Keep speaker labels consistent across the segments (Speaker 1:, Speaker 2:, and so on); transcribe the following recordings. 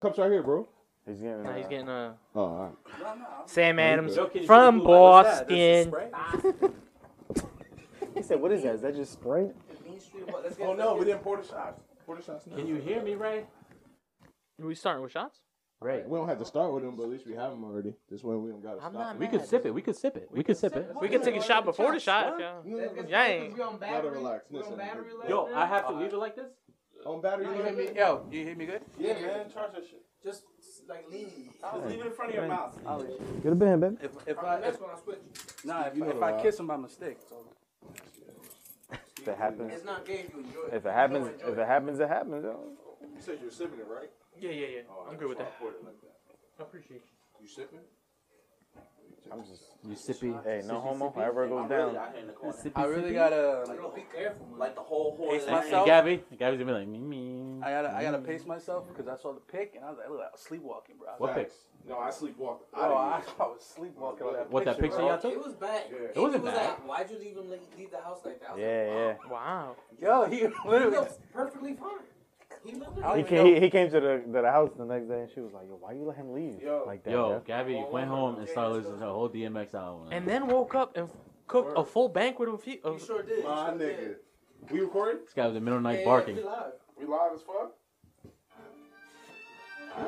Speaker 1: Cups right here, bro.
Speaker 2: He's getting.
Speaker 3: No, he's
Speaker 2: uh,
Speaker 3: getting a
Speaker 1: Oh, all right.
Speaker 3: Sam Adams
Speaker 4: Jokic is
Speaker 3: from
Speaker 4: blue like that. That's the
Speaker 3: Boston.
Speaker 4: spray.
Speaker 2: He said, "What is that? Is that just spray?"
Speaker 1: Oh no, we didn't pour the shots. Pour the shots now.
Speaker 4: Can you hear me, Ray?
Speaker 3: We starting with shots?
Speaker 4: Ray,
Speaker 1: We don't have to start with them, but at least we have them already. This way we don't gotta
Speaker 5: I'm
Speaker 1: stop.
Speaker 5: not
Speaker 1: them.
Speaker 4: we
Speaker 5: mad.
Speaker 4: could sip it. We could sip it. We could sip it.
Speaker 3: We can take a shot before the shot. if y'all-
Speaker 1: No, no, no,
Speaker 3: Y'all ain't.
Speaker 5: on
Speaker 1: Gotta relax. Listen.
Speaker 4: Yo, I have to leave it like this.
Speaker 1: On battery, you hear me?
Speaker 5: Yo, you hear me good?
Speaker 1: Yeah, man. Charge that shit.
Speaker 5: Just like lean.
Speaker 1: Leave it in front of your mouth.
Speaker 2: Good have been, baby.
Speaker 5: If, if I if,
Speaker 1: when I switch.
Speaker 5: nah, if,
Speaker 1: You know
Speaker 5: if
Speaker 1: the
Speaker 5: I
Speaker 1: vibe.
Speaker 5: kiss him by mistake,
Speaker 2: If it happens,
Speaker 5: not game. You enjoy
Speaker 2: if it happens, if it happens, it happens. Yo.
Speaker 1: You said you're sipping it, right?
Speaker 3: Yeah, yeah, yeah. Oh,
Speaker 1: Oh,
Speaker 3: I'm good with that.
Speaker 1: poured it like that.
Speaker 3: I appreciate you.
Speaker 1: You sipping?
Speaker 2: I'm just,
Speaker 4: You sippy.
Speaker 2: hey, no homo. However it goes down.
Speaker 5: I really gotta.
Speaker 4: And, and Gabby, Gabby's gonna be like me me.
Speaker 5: I gotta, I gotta pace myself because I saw the pick and I was like, look, I was sleepwalking, bro. I was
Speaker 4: What
Speaker 5: like,
Speaker 4: pick?
Speaker 1: No, I sleepwalk.
Speaker 5: Oh, I, I was sleepwalking on that
Speaker 4: What that
Speaker 5: picture,
Speaker 4: picture
Speaker 5: bro.
Speaker 4: y'all took?
Speaker 6: It was bad.
Speaker 1: Yeah.
Speaker 4: It wasn't
Speaker 6: was
Speaker 4: bad.
Speaker 6: Like, why'd you leave him like, leave the house like that? I was
Speaker 2: Yeah, yeah.
Speaker 3: Wow.
Speaker 5: Yo, he
Speaker 6: Like, he
Speaker 5: literally.
Speaker 6: looks perfectly fine. He looked
Speaker 5: I
Speaker 6: like
Speaker 2: He
Speaker 5: don't even
Speaker 2: came,
Speaker 5: know.
Speaker 2: he, he came to the to the house the next day and she was like, "Yo, why you let him leave
Speaker 1: Yo.
Speaker 2: like that?"
Speaker 4: Yo,
Speaker 2: yo?"
Speaker 4: Gabby went home and started listening to the whole DMX album.
Speaker 3: And then woke up and cooked a full banquet of. fe-
Speaker 6: he
Speaker 3: of
Speaker 6: sure did.
Speaker 1: My
Speaker 6: he sure
Speaker 1: nigga.
Speaker 6: Did.
Speaker 1: We recording?
Speaker 4: this guy was in middle of the
Speaker 6: Yeah,
Speaker 4: night
Speaker 6: yeah,
Speaker 4: barking.
Speaker 6: we live.
Speaker 1: We live as fuck?
Speaker 4: I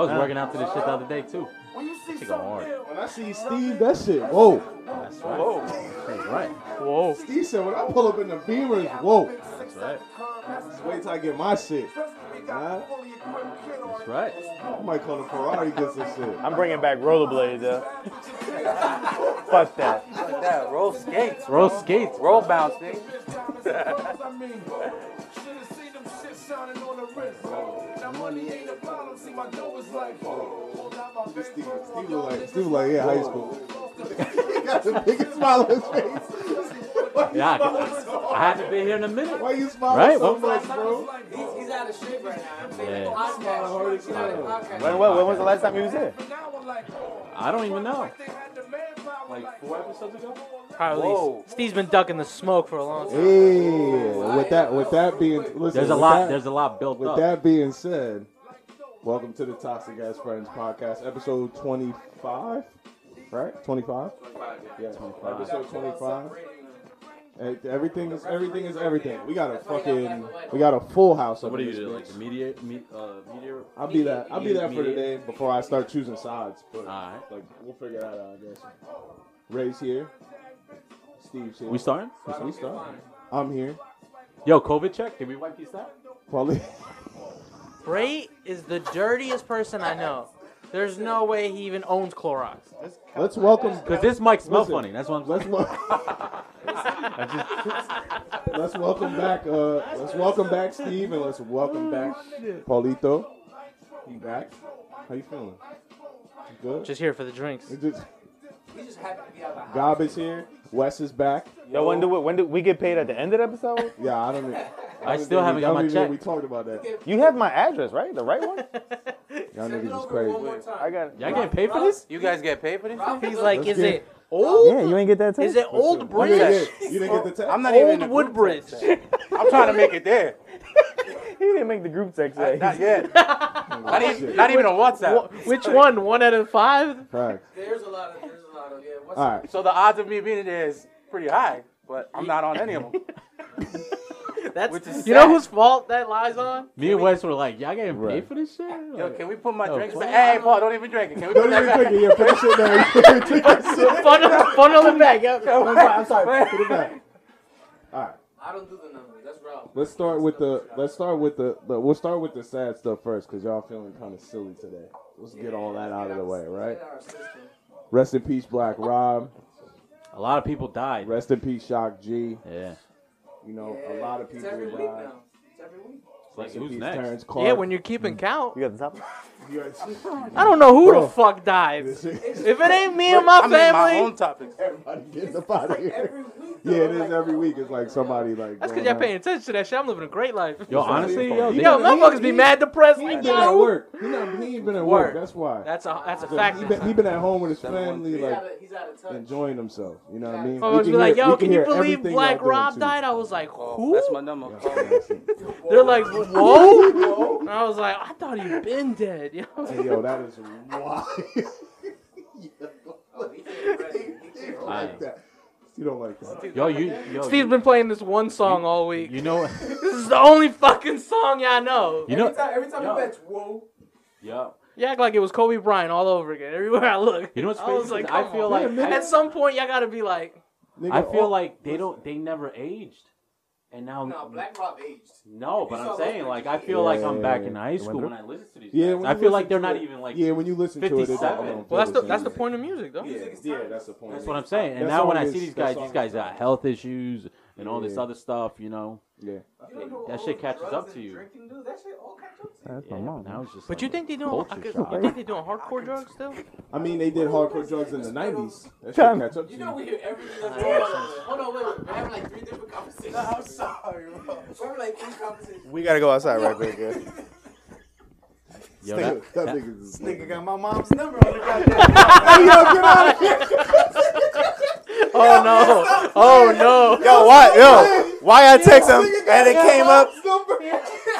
Speaker 4: was working out to this shit the other day too.
Speaker 5: When you see
Speaker 4: Shit go hard.
Speaker 1: When I see Steve, that shit, whoa.
Speaker 4: That's right. That's right.
Speaker 3: Whoa.
Speaker 1: Steve said, when I pull up in the Beamers, whoa.
Speaker 4: That's right.
Speaker 1: Just wait till I get my shit. Nah,
Speaker 4: That's right.
Speaker 1: I might call the Ferrari gets this shit.
Speaker 2: I'm bringing back rollerblades. Yo. Fuck that.
Speaker 5: like that. Roll skates.
Speaker 4: Roll skates.
Speaker 5: Roll bounce, nigga.
Speaker 1: Steve, Steve was like, Steve was like, yeah, high school. he got the biggest smile on his face.
Speaker 4: Yeah, I, I haven't been here in a minute.
Speaker 1: Why you smiling
Speaker 4: Right,
Speaker 1: so
Speaker 4: what-
Speaker 1: much, bro?
Speaker 6: He's, he's out of shape right now. I'm saying
Speaker 4: Yeah.
Speaker 6: podcast. He's out of podcast.
Speaker 2: When, when, when was the last time you was here?
Speaker 5: oh,
Speaker 4: I don't even know. Like four episodes ago.
Speaker 5: oh,
Speaker 3: Probably.
Speaker 5: Whoa.
Speaker 3: Steve's been ducking the smoke for a long time.
Speaker 1: Yeah, with that, with that being, listen,
Speaker 4: There's a
Speaker 1: with
Speaker 4: lot.
Speaker 1: that-
Speaker 4: There's a lot built
Speaker 1: With
Speaker 4: up.
Speaker 1: that being said, welcome to the Toxic Ass Friends podcast, episode 25, right? 25? Yeah, episode 25. Hey, Everything is everything is everything. We got a fucking we got a full house.
Speaker 4: So
Speaker 1: up
Speaker 4: what do
Speaker 1: in
Speaker 4: you
Speaker 1: this
Speaker 4: do?
Speaker 1: bitch.
Speaker 4: Like the media, me, uh, media.
Speaker 1: I'll be that I'll be that for
Speaker 4: Media.
Speaker 1: today before I start choosing sides. But
Speaker 4: Alright.
Speaker 1: like we'll figure that out, I guess. Ray's here. Steve's here.
Speaker 4: We starting?
Speaker 1: We start. I'm here.
Speaker 4: Yo, COVID check. Did we wipe these out?
Speaker 1: Paulie.
Speaker 3: Ray is the dirtiest person I know. There's no way he even owns Clorox.
Speaker 1: Let's welcome
Speaker 4: Cause this mic smells
Speaker 1: Listen.
Speaker 4: funny. That's what I'm
Speaker 1: Let's
Speaker 4: saying.
Speaker 1: wel- let's welcome back. Uh, let's welcome back Steve, and let's welcome back
Speaker 4: Oh,
Speaker 1: Paulito. You back? How you feeling? You good.
Speaker 3: Just here for the drinks.
Speaker 1: It just-
Speaker 6: He just happened to be out of the house.
Speaker 1: Gob is here. Wes is back.
Speaker 2: Yo, when do we, when do we get paid at the end of the episode?
Speaker 1: Yeah, I don't. Even,
Speaker 4: I
Speaker 1: don't
Speaker 4: still
Speaker 1: even-
Speaker 4: haven't got
Speaker 1: don't
Speaker 4: my
Speaker 1: even know
Speaker 4: check.
Speaker 1: We talked about that.
Speaker 2: You have my address, right? The right one?
Speaker 1: Y'all
Speaker 6: Send it
Speaker 1: niggas is
Speaker 6: over
Speaker 1: crazy.
Speaker 6: One more time.
Speaker 2: I got it.
Speaker 4: Y'all getting paid for this?
Speaker 5: You guys get paid for this?
Speaker 6: Rob
Speaker 3: He's
Speaker 6: was
Speaker 3: like,
Speaker 1: Let's
Speaker 3: is
Speaker 1: get-
Speaker 3: it old?
Speaker 2: Yeah, you ain't get that too.
Speaker 3: Is it old
Speaker 1: You didn't
Speaker 3: Bridge?
Speaker 1: get- you didn't get the Oh, text.
Speaker 5: I'm not even in
Speaker 3: Old
Speaker 5: the group
Speaker 3: Woodbridge.
Speaker 5: text. I'm trying to make it there.
Speaker 2: He didn't make the group text. yet.
Speaker 5: Not yet. Not even, not even on WhatsApp.
Speaker 3: Which one? One out of five?
Speaker 1: Facts.
Speaker 6: there's a lot of, there's a lot of, yeah. What's
Speaker 1: All right.
Speaker 5: So the odds of me being in there is pretty high, but I'm not on any of them.
Speaker 3: That's
Speaker 5: Which is
Speaker 3: you know
Speaker 5: sad.
Speaker 3: whose fault that lies on?
Speaker 4: Me and Wes were like, y'all getting
Speaker 1: Right.
Speaker 4: paid for this shit?
Speaker 5: Yo,
Speaker 4: Like,
Speaker 5: can we put my
Speaker 4: Oh,
Speaker 5: drinks
Speaker 4: fuck.
Speaker 5: back? Hey, Paul, don't even drink it. Can we
Speaker 1: Don't
Speaker 5: put that
Speaker 1: even
Speaker 5: back?
Speaker 1: drink it. Yeah, finish it now. You fucking drink it.
Speaker 3: Funnel, funnel it back. Yep.
Speaker 1: I'm sorry. I'm sorry. Put it back. All right.
Speaker 6: I don't do the numbers. That's Rob.
Speaker 1: Let's start with the let's start with the, the we'll start with the sad stuff first because y'all feeling kind of silly today. Let's get all that out of the way, right?
Speaker 6: Our system.
Speaker 1: Rest in peace, Black Rob.
Speaker 4: A lot of people died.
Speaker 1: Rest in peace, Shock G.
Speaker 4: Yeah.
Speaker 1: You know, a lot of
Speaker 6: It's
Speaker 1: people
Speaker 6: every
Speaker 1: died.
Speaker 6: week now. It's every week.
Speaker 4: Like,
Speaker 1: Rest in
Speaker 4: who's
Speaker 1: peace,
Speaker 4: next?
Speaker 1: Terrence Clark.
Speaker 3: Yeah, when you're keeping count.
Speaker 2: You got the top?
Speaker 1: You guys-
Speaker 3: I don't know who
Speaker 1: Bro.
Speaker 3: the fuck died.
Speaker 1: this shit-
Speaker 3: If it ain't me and my
Speaker 5: I'm in my own
Speaker 3: family,
Speaker 5: topics.
Speaker 1: Everybody getting up out of here.
Speaker 6: Every week.
Speaker 1: Yeah, it is every week. It's like somebody like.
Speaker 3: that's because
Speaker 1: going
Speaker 3: y'all
Speaker 1: out.
Speaker 3: paying attention to that shit. I'm living a great life.
Speaker 4: Yo,
Speaker 1: It's not
Speaker 4: honestly,
Speaker 1: their
Speaker 4: yo,
Speaker 1: fault.
Speaker 4: they-
Speaker 3: Yo, motherfuckers be mad depressed.
Speaker 1: He ain't
Speaker 3: Like,
Speaker 1: been at
Speaker 3: yo.
Speaker 1: work. He, not, he ain't been at
Speaker 3: Word.
Speaker 1: work. That's why.
Speaker 3: That's a that's a
Speaker 1: So
Speaker 3: fact.
Speaker 1: he been, he been at home with his family,
Speaker 6: He's
Speaker 1: like
Speaker 6: out of- He's out of touch.
Speaker 1: enjoying himself. You know what I
Speaker 6: Yeah.
Speaker 1: mean?
Speaker 3: I was
Speaker 1: We
Speaker 3: be Oh, like,
Speaker 1: hear-
Speaker 3: yo,
Speaker 1: we
Speaker 3: can you
Speaker 1: hear
Speaker 3: believe
Speaker 1: everything
Speaker 3: Black
Speaker 1: y'all doing,
Speaker 3: Rob
Speaker 1: too.
Speaker 3: died? I was like,
Speaker 5: Oh,
Speaker 3: who?
Speaker 5: that's my number.
Speaker 1: Yeah, yeah,
Speaker 3: They're like, whoa. and I was like, I thought he'd been dead. Yo.
Speaker 1: yeah. Yo, that is wild.
Speaker 6: Oh, he can't rest. He can't
Speaker 1: Don't
Speaker 6: rest.
Speaker 1: like that. You don't like that.
Speaker 4: yo, you, yo,
Speaker 3: Steve's been playing this one song all
Speaker 4: you,
Speaker 3: week.
Speaker 4: you know,
Speaker 3: This is the only fucking song y'all know.
Speaker 4: you
Speaker 6: Every
Speaker 4: know,
Speaker 6: time, every time
Speaker 4: Yo.
Speaker 6: he bets, whoa.
Speaker 4: yo,
Speaker 3: You act like it was Kobe Bryant all over again. Everywhere I look.
Speaker 4: you know what's
Speaker 3: I
Speaker 4: crazy?
Speaker 3: was like,
Speaker 4: is I
Speaker 3: come
Speaker 4: feel
Speaker 3: on.
Speaker 4: like
Speaker 1: Wait a
Speaker 4: I-
Speaker 3: At some point, y'all gotta be like,
Speaker 1: Nigga,
Speaker 4: I feel
Speaker 1: all-
Speaker 4: like they don't they never aged. And now
Speaker 6: No, Black Rob aged.
Speaker 4: No, but
Speaker 6: You
Speaker 4: I'm
Speaker 6: saw
Speaker 4: saying
Speaker 6: those
Speaker 4: like I
Speaker 6: pictures?
Speaker 4: feel like
Speaker 1: Yeah,
Speaker 4: I'm
Speaker 1: yeah,
Speaker 4: back
Speaker 1: yeah.
Speaker 4: in high school
Speaker 1: Remember?
Speaker 4: when I listen to these.
Speaker 1: Yeah,
Speaker 4: Yeah,
Speaker 1: when
Speaker 4: I
Speaker 1: you
Speaker 4: feel like
Speaker 1: listen
Speaker 4: they're
Speaker 1: to
Speaker 4: not
Speaker 1: it-
Speaker 4: even like.
Speaker 1: yeah, when you listen to it, it, I
Speaker 4: 57.
Speaker 1: don't
Speaker 3: well, that's
Speaker 1: feel
Speaker 3: the that's the
Speaker 1: same.
Speaker 3: point of music, though.
Speaker 1: Yeah, yeah, that's the point.
Speaker 4: That's what I'm saying. And
Speaker 1: That
Speaker 4: now when
Speaker 1: song
Speaker 4: I
Speaker 1: is-
Speaker 4: see these
Speaker 1: that
Speaker 4: guys,
Speaker 1: song
Speaker 4: these guys
Speaker 1: is-
Speaker 4: got health issues and all this
Speaker 1: Yeah.
Speaker 4: other stuff. You know,
Speaker 1: Yeah.
Speaker 6: You don't know what
Speaker 4: That
Speaker 6: all
Speaker 4: shit
Speaker 6: the
Speaker 4: catches
Speaker 6: drugs
Speaker 4: up
Speaker 6: and
Speaker 4: to you.
Speaker 6: Drinking, dude, that shit all catches up to you.
Speaker 1: That's
Speaker 4: yeah, now it's just.
Speaker 3: But
Speaker 4: like
Speaker 3: you
Speaker 4: a
Speaker 3: think they doing?
Speaker 4: culture
Speaker 3: I could,
Speaker 4: shock.
Speaker 3: you think they doing hardcore drugs still?
Speaker 1: I mean, they did hardcore drugs in the '90s. That should
Speaker 4: Time.
Speaker 1: catch up to
Speaker 6: You know
Speaker 1: you.
Speaker 6: we hear everything that's going on. Hold on, wait, wait. We're having like three different conversations. I'm sorry, bro. We're having like three conversations.
Speaker 2: We gotta go outside right quick. yeah.
Speaker 4: Yo, that,
Speaker 1: that
Speaker 4: that-
Speaker 1: nigga's
Speaker 2: This
Speaker 1: is
Speaker 2: nigga
Speaker 1: like-
Speaker 2: got my mom's number on the goddamn.
Speaker 1: Hey, yo, get out of here!
Speaker 3: Oh no! Oh no!
Speaker 2: Yo, why? Yo, why I text him and it came up?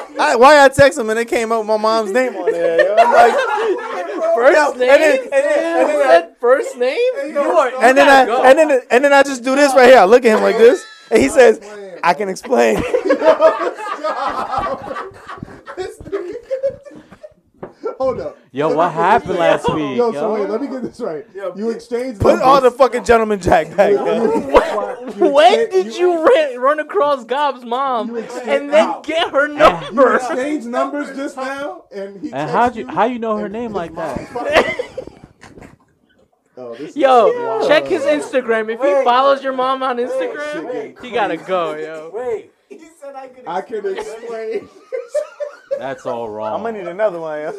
Speaker 2: I, why I text him and it came up with my mom's name on there? Yo. I'm like,
Speaker 3: First
Speaker 2: and then,
Speaker 3: name?
Speaker 2: and then, and then,
Speaker 3: That first name? You are.
Speaker 2: I, and then I, and then, and then I just do this right here. I look at him like this, and he says, "I can explain."
Speaker 1: Hold up.
Speaker 4: yo,
Speaker 1: Let me
Speaker 4: what
Speaker 1: get this
Speaker 4: happened
Speaker 1: straight.
Speaker 4: last week?
Speaker 1: Yo, so wait,
Speaker 4: Yo,
Speaker 1: let me get this right. You exchanged
Speaker 2: Put all the
Speaker 1: numbers.
Speaker 2: fucking gentleman jack back. man.
Speaker 1: You
Speaker 3: when
Speaker 1: exchanged-
Speaker 3: did you ran, run across Gob's mom and then get her
Speaker 1: You
Speaker 3: number?
Speaker 1: exchanged numbers just now, and he.
Speaker 4: and
Speaker 1: texted
Speaker 4: how you how you know her
Speaker 1: and
Speaker 4: name
Speaker 1: his
Speaker 4: like that?
Speaker 1: mom- Oh, this is-
Speaker 3: Yo, check his Instagram. If he follows your mom on Instagram, he gotta go, yo.
Speaker 5: Wait,
Speaker 6: He said I could.
Speaker 1: I can explain.
Speaker 4: That's all
Speaker 2: I'm
Speaker 4: wrong.
Speaker 2: gonna need another one. Yo.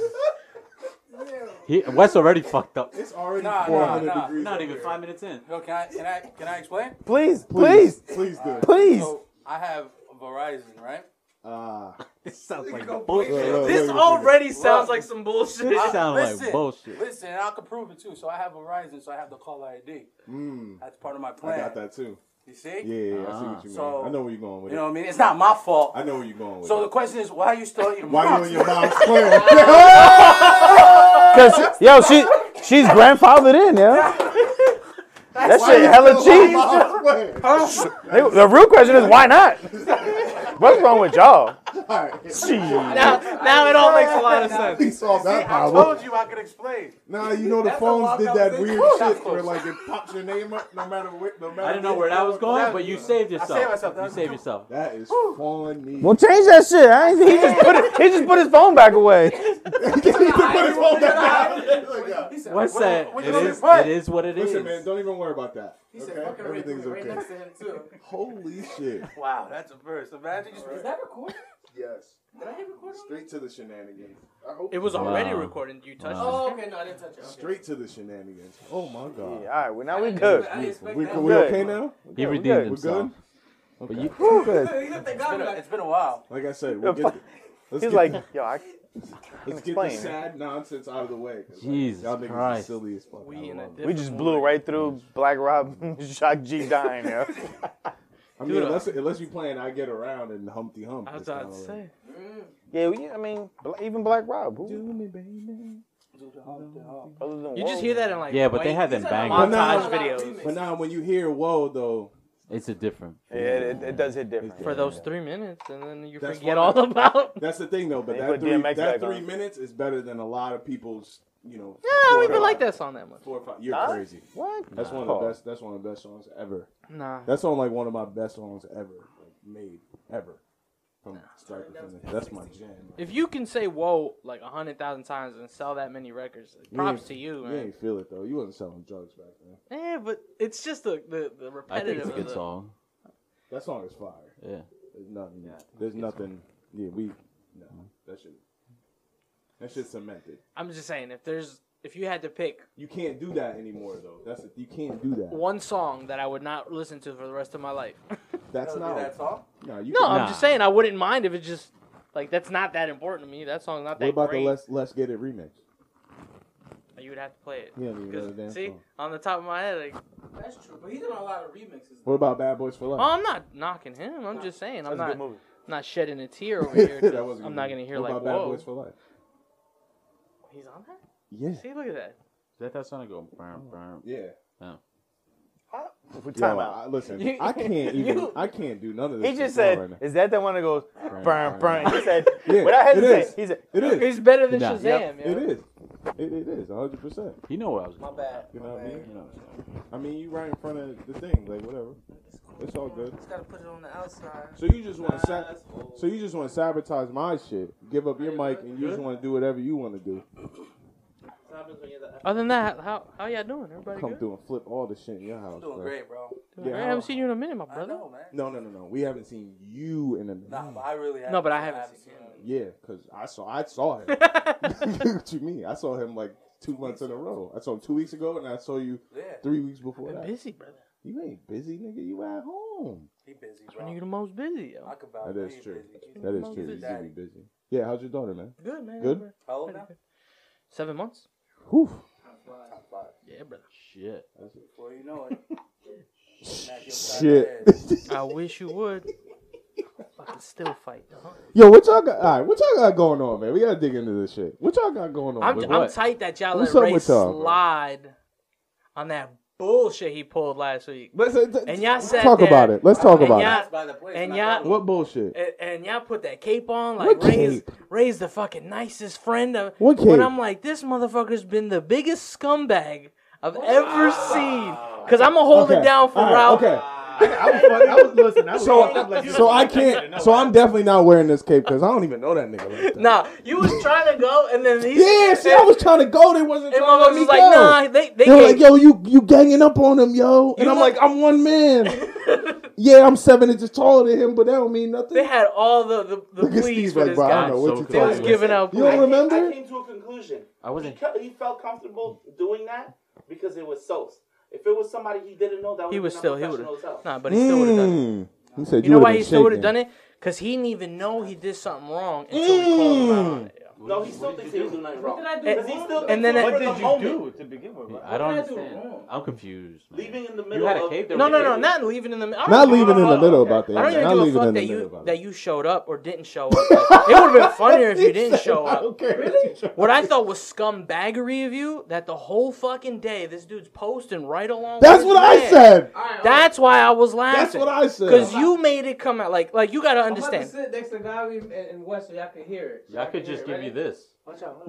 Speaker 4: He, Wes already fucked up.
Speaker 1: It's already
Speaker 5: Nah, nah,
Speaker 1: 400
Speaker 5: nah.
Speaker 1: degrees.
Speaker 4: Not
Speaker 1: over
Speaker 4: even
Speaker 1: here.
Speaker 4: five minutes in.
Speaker 5: yo, can I can I can I explain?
Speaker 2: Please,
Speaker 1: Please, please
Speaker 2: please,
Speaker 1: do.
Speaker 2: please.
Speaker 5: So I have Verizon, right?
Speaker 1: Ah,
Speaker 4: This sounds like
Speaker 1: look, look,
Speaker 4: bullshit.
Speaker 1: look
Speaker 3: This
Speaker 1: at
Speaker 3: already sounds
Speaker 5: Love.
Speaker 3: like some bullshit.
Speaker 4: This sounds
Speaker 5: Listen.
Speaker 4: like bullshit.
Speaker 5: Listen, and I can prove it too. So I have Verizon, so I have the call ID.
Speaker 1: Mm,
Speaker 5: That's part of my
Speaker 1: I
Speaker 5: plan.
Speaker 1: got that too.
Speaker 5: You see?
Speaker 1: Yeah, yeah, yeah, I see
Speaker 4: Ah.
Speaker 1: what you mean.
Speaker 5: So-
Speaker 1: I know where you're going with
Speaker 5: You know
Speaker 1: it.
Speaker 5: what I mean? It's not my fault.
Speaker 1: I know where you're going with
Speaker 5: So the
Speaker 1: it.
Speaker 5: question is, why are you still at your
Speaker 1: Why you
Speaker 5: mom's?
Speaker 1: on your mom's plan?
Speaker 2: Cause yo, she she's grandfathered in, yeah. That shit hella cheap. They- The real question is why not? What's wrong with y'all?
Speaker 1: Alright,
Speaker 2: Jeez.
Speaker 3: Now, now it all makes a lot of sense.
Speaker 1: he solved that
Speaker 5: I
Speaker 1: problem.
Speaker 5: told you I could explain.
Speaker 1: Nah, you know the
Speaker 5: That's a
Speaker 1: phones
Speaker 5: wild
Speaker 1: did that
Speaker 5: conversation.
Speaker 1: weird shit where like it pops your name up no matter what. No matter
Speaker 4: I didn't know where that was going, but you saved yourself.
Speaker 5: myself. That
Speaker 4: You
Speaker 5: was
Speaker 4: saved
Speaker 5: a-
Speaker 4: yourself.
Speaker 1: That is funny.
Speaker 2: Well, change that shit. I ain't, he just put it, he just put his phone back
Speaker 1: he
Speaker 2: away.
Speaker 1: put his phone back down.
Speaker 5: He said,
Speaker 4: What's
Speaker 5: what-
Speaker 4: that?
Speaker 5: what
Speaker 4: It
Speaker 5: you gonna
Speaker 4: is,
Speaker 5: do? What?
Speaker 4: it is what it is.
Speaker 1: Listen, man, don't even worry about that.
Speaker 6: He said
Speaker 1: Okay,
Speaker 6: fucking Ray
Speaker 1: everything's
Speaker 6: Cooper right
Speaker 1: okay.
Speaker 6: next to him too.
Speaker 1: Holy shit!
Speaker 5: Wow, that's a verse. Imagine you
Speaker 6: Is that recorded?
Speaker 1: Yes,
Speaker 6: Did I hit record on that?
Speaker 1: straight to the shenanigans. I hope
Speaker 3: It was already
Speaker 4: Wow.
Speaker 3: recording. You touched
Speaker 4: Wow.
Speaker 3: it.
Speaker 6: Oh, okay, no, I didn't touch it. Okay.
Speaker 1: straight to the shenanigans. Oh my
Speaker 2: Yeah, all
Speaker 1: god.
Speaker 2: right, well now we good.
Speaker 6: I didn't expect
Speaker 1: We,
Speaker 6: that.
Speaker 1: we
Speaker 2: good.
Speaker 1: okay now?
Speaker 4: He
Speaker 2: Yeah, we
Speaker 4: redeemed
Speaker 2: good.
Speaker 1: We're
Speaker 4: himself.
Speaker 1: good.
Speaker 4: But you,
Speaker 2: Whew, good.
Speaker 6: He looked at
Speaker 5: It's
Speaker 6: God
Speaker 5: been a-
Speaker 6: like,
Speaker 5: it's been a while.
Speaker 1: Like I said, we'll
Speaker 2: Yeah,
Speaker 1: get
Speaker 2: fuck.
Speaker 1: let's
Speaker 2: He's
Speaker 1: get
Speaker 2: like, yo, I,
Speaker 1: let's get the
Speaker 2: explain.
Speaker 1: sad nonsense out of the way. 'cause, like,
Speaker 4: Jesus
Speaker 1: y'all niggas are
Speaker 4: Christ.
Speaker 1: silly as fuck.
Speaker 3: We
Speaker 1: I
Speaker 3: in a
Speaker 1: love it.
Speaker 2: we
Speaker 3: different
Speaker 2: just
Speaker 3: one.
Speaker 2: blew right through Black Rob, Shock G dying. Yeah.
Speaker 1: I mean,
Speaker 3: Dude, uh,
Speaker 1: unless, unless you playing I Get Around and Humpty Hump.
Speaker 3: I was
Speaker 1: it's
Speaker 3: about
Speaker 1: kinda
Speaker 3: to
Speaker 1: like-
Speaker 3: say.
Speaker 2: Yeah, we, I mean, bla- even Black Rob. Who, other than
Speaker 3: You just hear that in like
Speaker 4: Yeah, but they
Speaker 3: white
Speaker 4: had them
Speaker 1: Well,
Speaker 4: bangers.
Speaker 1: nah,
Speaker 3: montage videos
Speaker 1: But now when you hear whoa though,
Speaker 4: It's a different.
Speaker 2: Yeah, it, it does hit different.
Speaker 3: for those three minutes, and then you
Speaker 1: That's
Speaker 3: forget
Speaker 1: why-
Speaker 3: all about.
Speaker 1: that's the thing though. But
Speaker 2: They
Speaker 1: that
Speaker 2: put
Speaker 1: three,
Speaker 2: DMX
Speaker 1: that
Speaker 2: back
Speaker 1: three
Speaker 2: on.
Speaker 1: minutes is better than a lot of people's. You know,
Speaker 3: Yeah, I don't even like that song that much.
Speaker 1: Four or five. You're
Speaker 2: Huh?
Speaker 1: crazy.
Speaker 2: What? Oh.
Speaker 1: That's one of the best. That's one of the best songs ever.
Speaker 3: Nah.
Speaker 1: That's on like one of my best songs ever, like made ever, from start to finish. That's my jam.
Speaker 3: If you can say "whoa" like a hundred thousand times and sell that many records, props to
Speaker 1: You
Speaker 3: you, man.
Speaker 1: ain't feel it though. You wasn't selling drugs back then.
Speaker 3: Yeah, but it's just the the, the
Speaker 4: I
Speaker 3: repetitive.
Speaker 4: think it's a
Speaker 3: of
Speaker 4: good
Speaker 3: the-
Speaker 4: song.
Speaker 1: That song is fire.
Speaker 4: Yeah.
Speaker 1: There's nothing. There's nothing. Yeah, we. No, that shit. That shit's cemented.
Speaker 3: I'm just saying, if there's if you had to pick
Speaker 1: You can't do that anymore, though. That's it. You can't do that.
Speaker 3: one song that I would not listen to for the rest of my life,
Speaker 1: That's not.
Speaker 5: That's all.
Speaker 1: No, you
Speaker 3: no,
Speaker 1: can't.
Speaker 3: I'm just saying I wouldn't mind if it's just like that's not that important to me. That song's not that
Speaker 1: What about
Speaker 3: great.
Speaker 1: the let's let's get it remix?
Speaker 3: You would have to play it.
Speaker 1: Yeah, you gotta
Speaker 3: 'Cause,
Speaker 1: dance
Speaker 3: see,
Speaker 1: song.
Speaker 3: on the top of my head, like,
Speaker 5: That's true. But he did a lot of remixes.
Speaker 1: What about Bad Boys for
Speaker 3: oh,
Speaker 1: Life?
Speaker 3: I'm not knocking him. I'm just saying, I'm
Speaker 7: That's a
Speaker 3: not
Speaker 7: good movie.
Speaker 3: not shedding a tear over here. 'cause
Speaker 1: That wasn't
Speaker 3: I'm
Speaker 1: good.
Speaker 3: not gonna hear
Speaker 1: what
Speaker 3: like,
Speaker 1: about Bad
Speaker 3: whoa,
Speaker 1: Boys for Life?
Speaker 3: he's on that.
Speaker 1: Yeah,
Speaker 3: See, look at that.
Speaker 4: that that sound that go? Burn, burn.
Speaker 1: yeah.
Speaker 7: If we time
Speaker 1: Yo,
Speaker 7: out.
Speaker 1: I- listen,
Speaker 3: You-
Speaker 1: I can't even.
Speaker 3: you-
Speaker 1: I can't do none of this.
Speaker 7: He just
Speaker 1: shit
Speaker 7: said,
Speaker 1: right now.
Speaker 7: "Is that the one that goes
Speaker 1: Burn,
Speaker 7: burn
Speaker 1: burn."
Speaker 7: burn?" He said,
Speaker 1: Yeah,
Speaker 7: "What I had
Speaker 1: it
Speaker 7: to
Speaker 1: is.
Speaker 7: say." He said,
Speaker 1: "It is.
Speaker 3: He's better than
Speaker 4: Nah.
Speaker 3: Shazam.
Speaker 7: Yep,
Speaker 3: yo.
Speaker 1: It is. It, it is. One hundred percent.
Speaker 4: You know what I was
Speaker 5: My
Speaker 4: going.
Speaker 5: bad.
Speaker 1: You know what I
Speaker 5: My
Speaker 1: mean?
Speaker 4: You know what I'm saying.
Speaker 1: I mean, you right in front of the thing, like whatever. It's all good.
Speaker 5: Just gotta put it on the outside.
Speaker 1: So you just want to
Speaker 5: Nah,
Speaker 1: sa-
Speaker 5: that's old.
Speaker 1: so you just want to sabotage my shit, give up your mic, and you just want to do whatever you want to do.
Speaker 5: What happens when you're the-
Speaker 3: Other than that, how how y'all doing? Everybody
Speaker 1: Come
Speaker 3: good?
Speaker 1: through and flip all the shit in your house.
Speaker 5: Doing
Speaker 1: bro.
Speaker 5: great, bro.
Speaker 3: Doing
Speaker 1: Yeah,
Speaker 3: great.
Speaker 1: how-
Speaker 3: I haven't seen you in a minute, my
Speaker 5: I
Speaker 3: brother.
Speaker 5: know, man.
Speaker 1: No, no, no, no. We haven't seen you in a minute.
Speaker 5: Nah, but I really haven't.
Speaker 3: No, but I
Speaker 5: seen-
Speaker 3: haven't seen
Speaker 5: seen him.
Speaker 1: Yeah, cause I saw I saw him. what you mean? I saw him like two months in a row. I saw him two weeks ago, and I saw you
Speaker 5: Yeah,
Speaker 1: three weeks before
Speaker 3: Been
Speaker 1: that.
Speaker 3: busy, brother.
Speaker 1: You ain't busy, nigga. You at home.
Speaker 5: he busy,
Speaker 3: When you
Speaker 5: bro.
Speaker 3: the most busy, yo.
Speaker 5: I could vouch
Speaker 1: That
Speaker 5: for
Speaker 1: is
Speaker 5: you,
Speaker 1: true.
Speaker 5: busy.
Speaker 1: That is
Speaker 3: Mom,
Speaker 1: true. You
Speaker 3: busy.
Speaker 1: do be busy. Yeah, how's your daughter, man?
Speaker 3: Good man.
Speaker 1: Good?
Speaker 3: bro.
Speaker 5: How old now?
Speaker 3: Seven months.
Speaker 1: Whew.
Speaker 5: Top five.
Speaker 3: Yeah, brother.
Speaker 4: Shit.
Speaker 5: Well, you know it. Smack your side
Speaker 1: Shit.
Speaker 5: of the head.
Speaker 3: I wish you would. Fucking still fight, dog.
Speaker 1: Yo, what y'all got? All right, what y'all got going on, man? We gotta dig into this shit. What y'all got going on?
Speaker 3: I'm,
Speaker 1: with
Speaker 3: I'm
Speaker 1: what?
Speaker 3: tight that y'all
Speaker 1: What's
Speaker 3: let
Speaker 1: up
Speaker 3: Ray
Speaker 1: with y'all, bro?
Speaker 3: slide on that bullshit he pulled last week.
Speaker 1: Let's,
Speaker 3: And y'all
Speaker 1: let's
Speaker 3: sat
Speaker 1: talk
Speaker 3: there,
Speaker 1: about it. Let's talk
Speaker 3: and
Speaker 1: about
Speaker 3: y'all-
Speaker 5: That's by the place.
Speaker 3: And
Speaker 5: not
Speaker 3: y'all-
Speaker 5: that
Speaker 1: it.
Speaker 5: one.
Speaker 1: What bullshit?
Speaker 3: And, and y'all put that cape on like
Speaker 1: What
Speaker 3: Ray's
Speaker 1: cape?
Speaker 3: Ray's the fucking nicest friend of.
Speaker 1: What
Speaker 3: When
Speaker 1: cape?
Speaker 3: I'm like, this motherfucker's been the biggest scumbag I've ever seen. Because I'm gonna hold it down for
Speaker 1: all right,
Speaker 3: Ralph.
Speaker 1: Okay.
Speaker 8: I was, fuck- I was listening. I was
Speaker 1: So,
Speaker 8: fucked up like-
Speaker 1: so I can't. So I'm definitely not wearing this cape because I don't even know that nigga. Like that.
Speaker 3: Nah, you was trying to go, and then he.
Speaker 1: Yeah, see, I was trying to go. They wasn't
Speaker 3: And
Speaker 1: trying to let
Speaker 3: motherfuckers
Speaker 1: me
Speaker 3: was
Speaker 1: like,
Speaker 3: like,
Speaker 1: go.
Speaker 3: nah, they they
Speaker 1: they were like,
Speaker 3: can't.
Speaker 1: yo, you you ganging up on him, yo. And
Speaker 3: You
Speaker 1: I'm
Speaker 3: look-
Speaker 1: like, I'm one man. yeah, I'm seven inches taller than him, but that don't mean nothing.
Speaker 3: They had all the the, the
Speaker 1: Look at
Speaker 3: pleas
Speaker 1: Steve
Speaker 3: for
Speaker 1: like,
Speaker 3: this
Speaker 1: bro, I
Speaker 3: guy.
Speaker 1: don't know what you're
Speaker 4: So
Speaker 3: They was
Speaker 1: talking about.
Speaker 3: giving out.
Speaker 1: You don't
Speaker 3: pleas.
Speaker 1: remember?
Speaker 8: I came to a conclusion.
Speaker 4: I wasn't.
Speaker 8: He, he felt comfortable doing that because it was Sos. If it was somebody he didn't know, that
Speaker 3: He was
Speaker 8: been
Speaker 3: still he would
Speaker 8: unprofessional as hell.
Speaker 3: have. Nah, but he still would have done it.
Speaker 1: Mm. He said,
Speaker 3: You know
Speaker 1: would've
Speaker 3: why
Speaker 1: been
Speaker 3: he still would have
Speaker 1: shaking.
Speaker 3: done it? Because he didn't even know he did something wrong until we called him
Speaker 1: Mm.
Speaker 3: out on it. yo.
Speaker 8: No, he still thinks he was doing nothing wrong.
Speaker 3: And,
Speaker 8: He still thinks
Speaker 3: and then
Speaker 8: he
Speaker 3: it-
Speaker 8: was
Speaker 4: What
Speaker 8: in
Speaker 4: did
Speaker 8: the
Speaker 4: you
Speaker 8: moment.
Speaker 4: do to begin with? I don't understand. I'm confused. man.
Speaker 8: Leaving in the middle
Speaker 4: You had a
Speaker 8: of
Speaker 4: cave.
Speaker 3: no, no, no, not leaving in the middle.
Speaker 1: Not leaving in the middle about that.
Speaker 3: I don't even
Speaker 1: not
Speaker 3: give
Speaker 1: leaving
Speaker 3: a
Speaker 1: in
Speaker 3: fuck
Speaker 1: the
Speaker 3: that
Speaker 1: middle
Speaker 3: you
Speaker 1: about
Speaker 3: that you showed up or didn't show up. Like, it would have been funnier if you didn't show
Speaker 1: I
Speaker 3: up.
Speaker 1: don't care. Really?
Speaker 3: What I thought was scumbaggery of you, that the whole fucking day this dude's posting right along.
Speaker 1: That's
Speaker 3: with
Speaker 1: what I
Speaker 3: his man.
Speaker 1: said.
Speaker 5: All right,
Speaker 3: That's why I was laughing.
Speaker 1: That's what I said.
Speaker 3: Because you made it come out like like you gotta
Speaker 5: I'm about to
Speaker 3: understand.
Speaker 5: sit next to Gavi and, and Wes so y'all can hear it. So
Speaker 4: Y'all could just give me this.
Speaker 5: Watch out.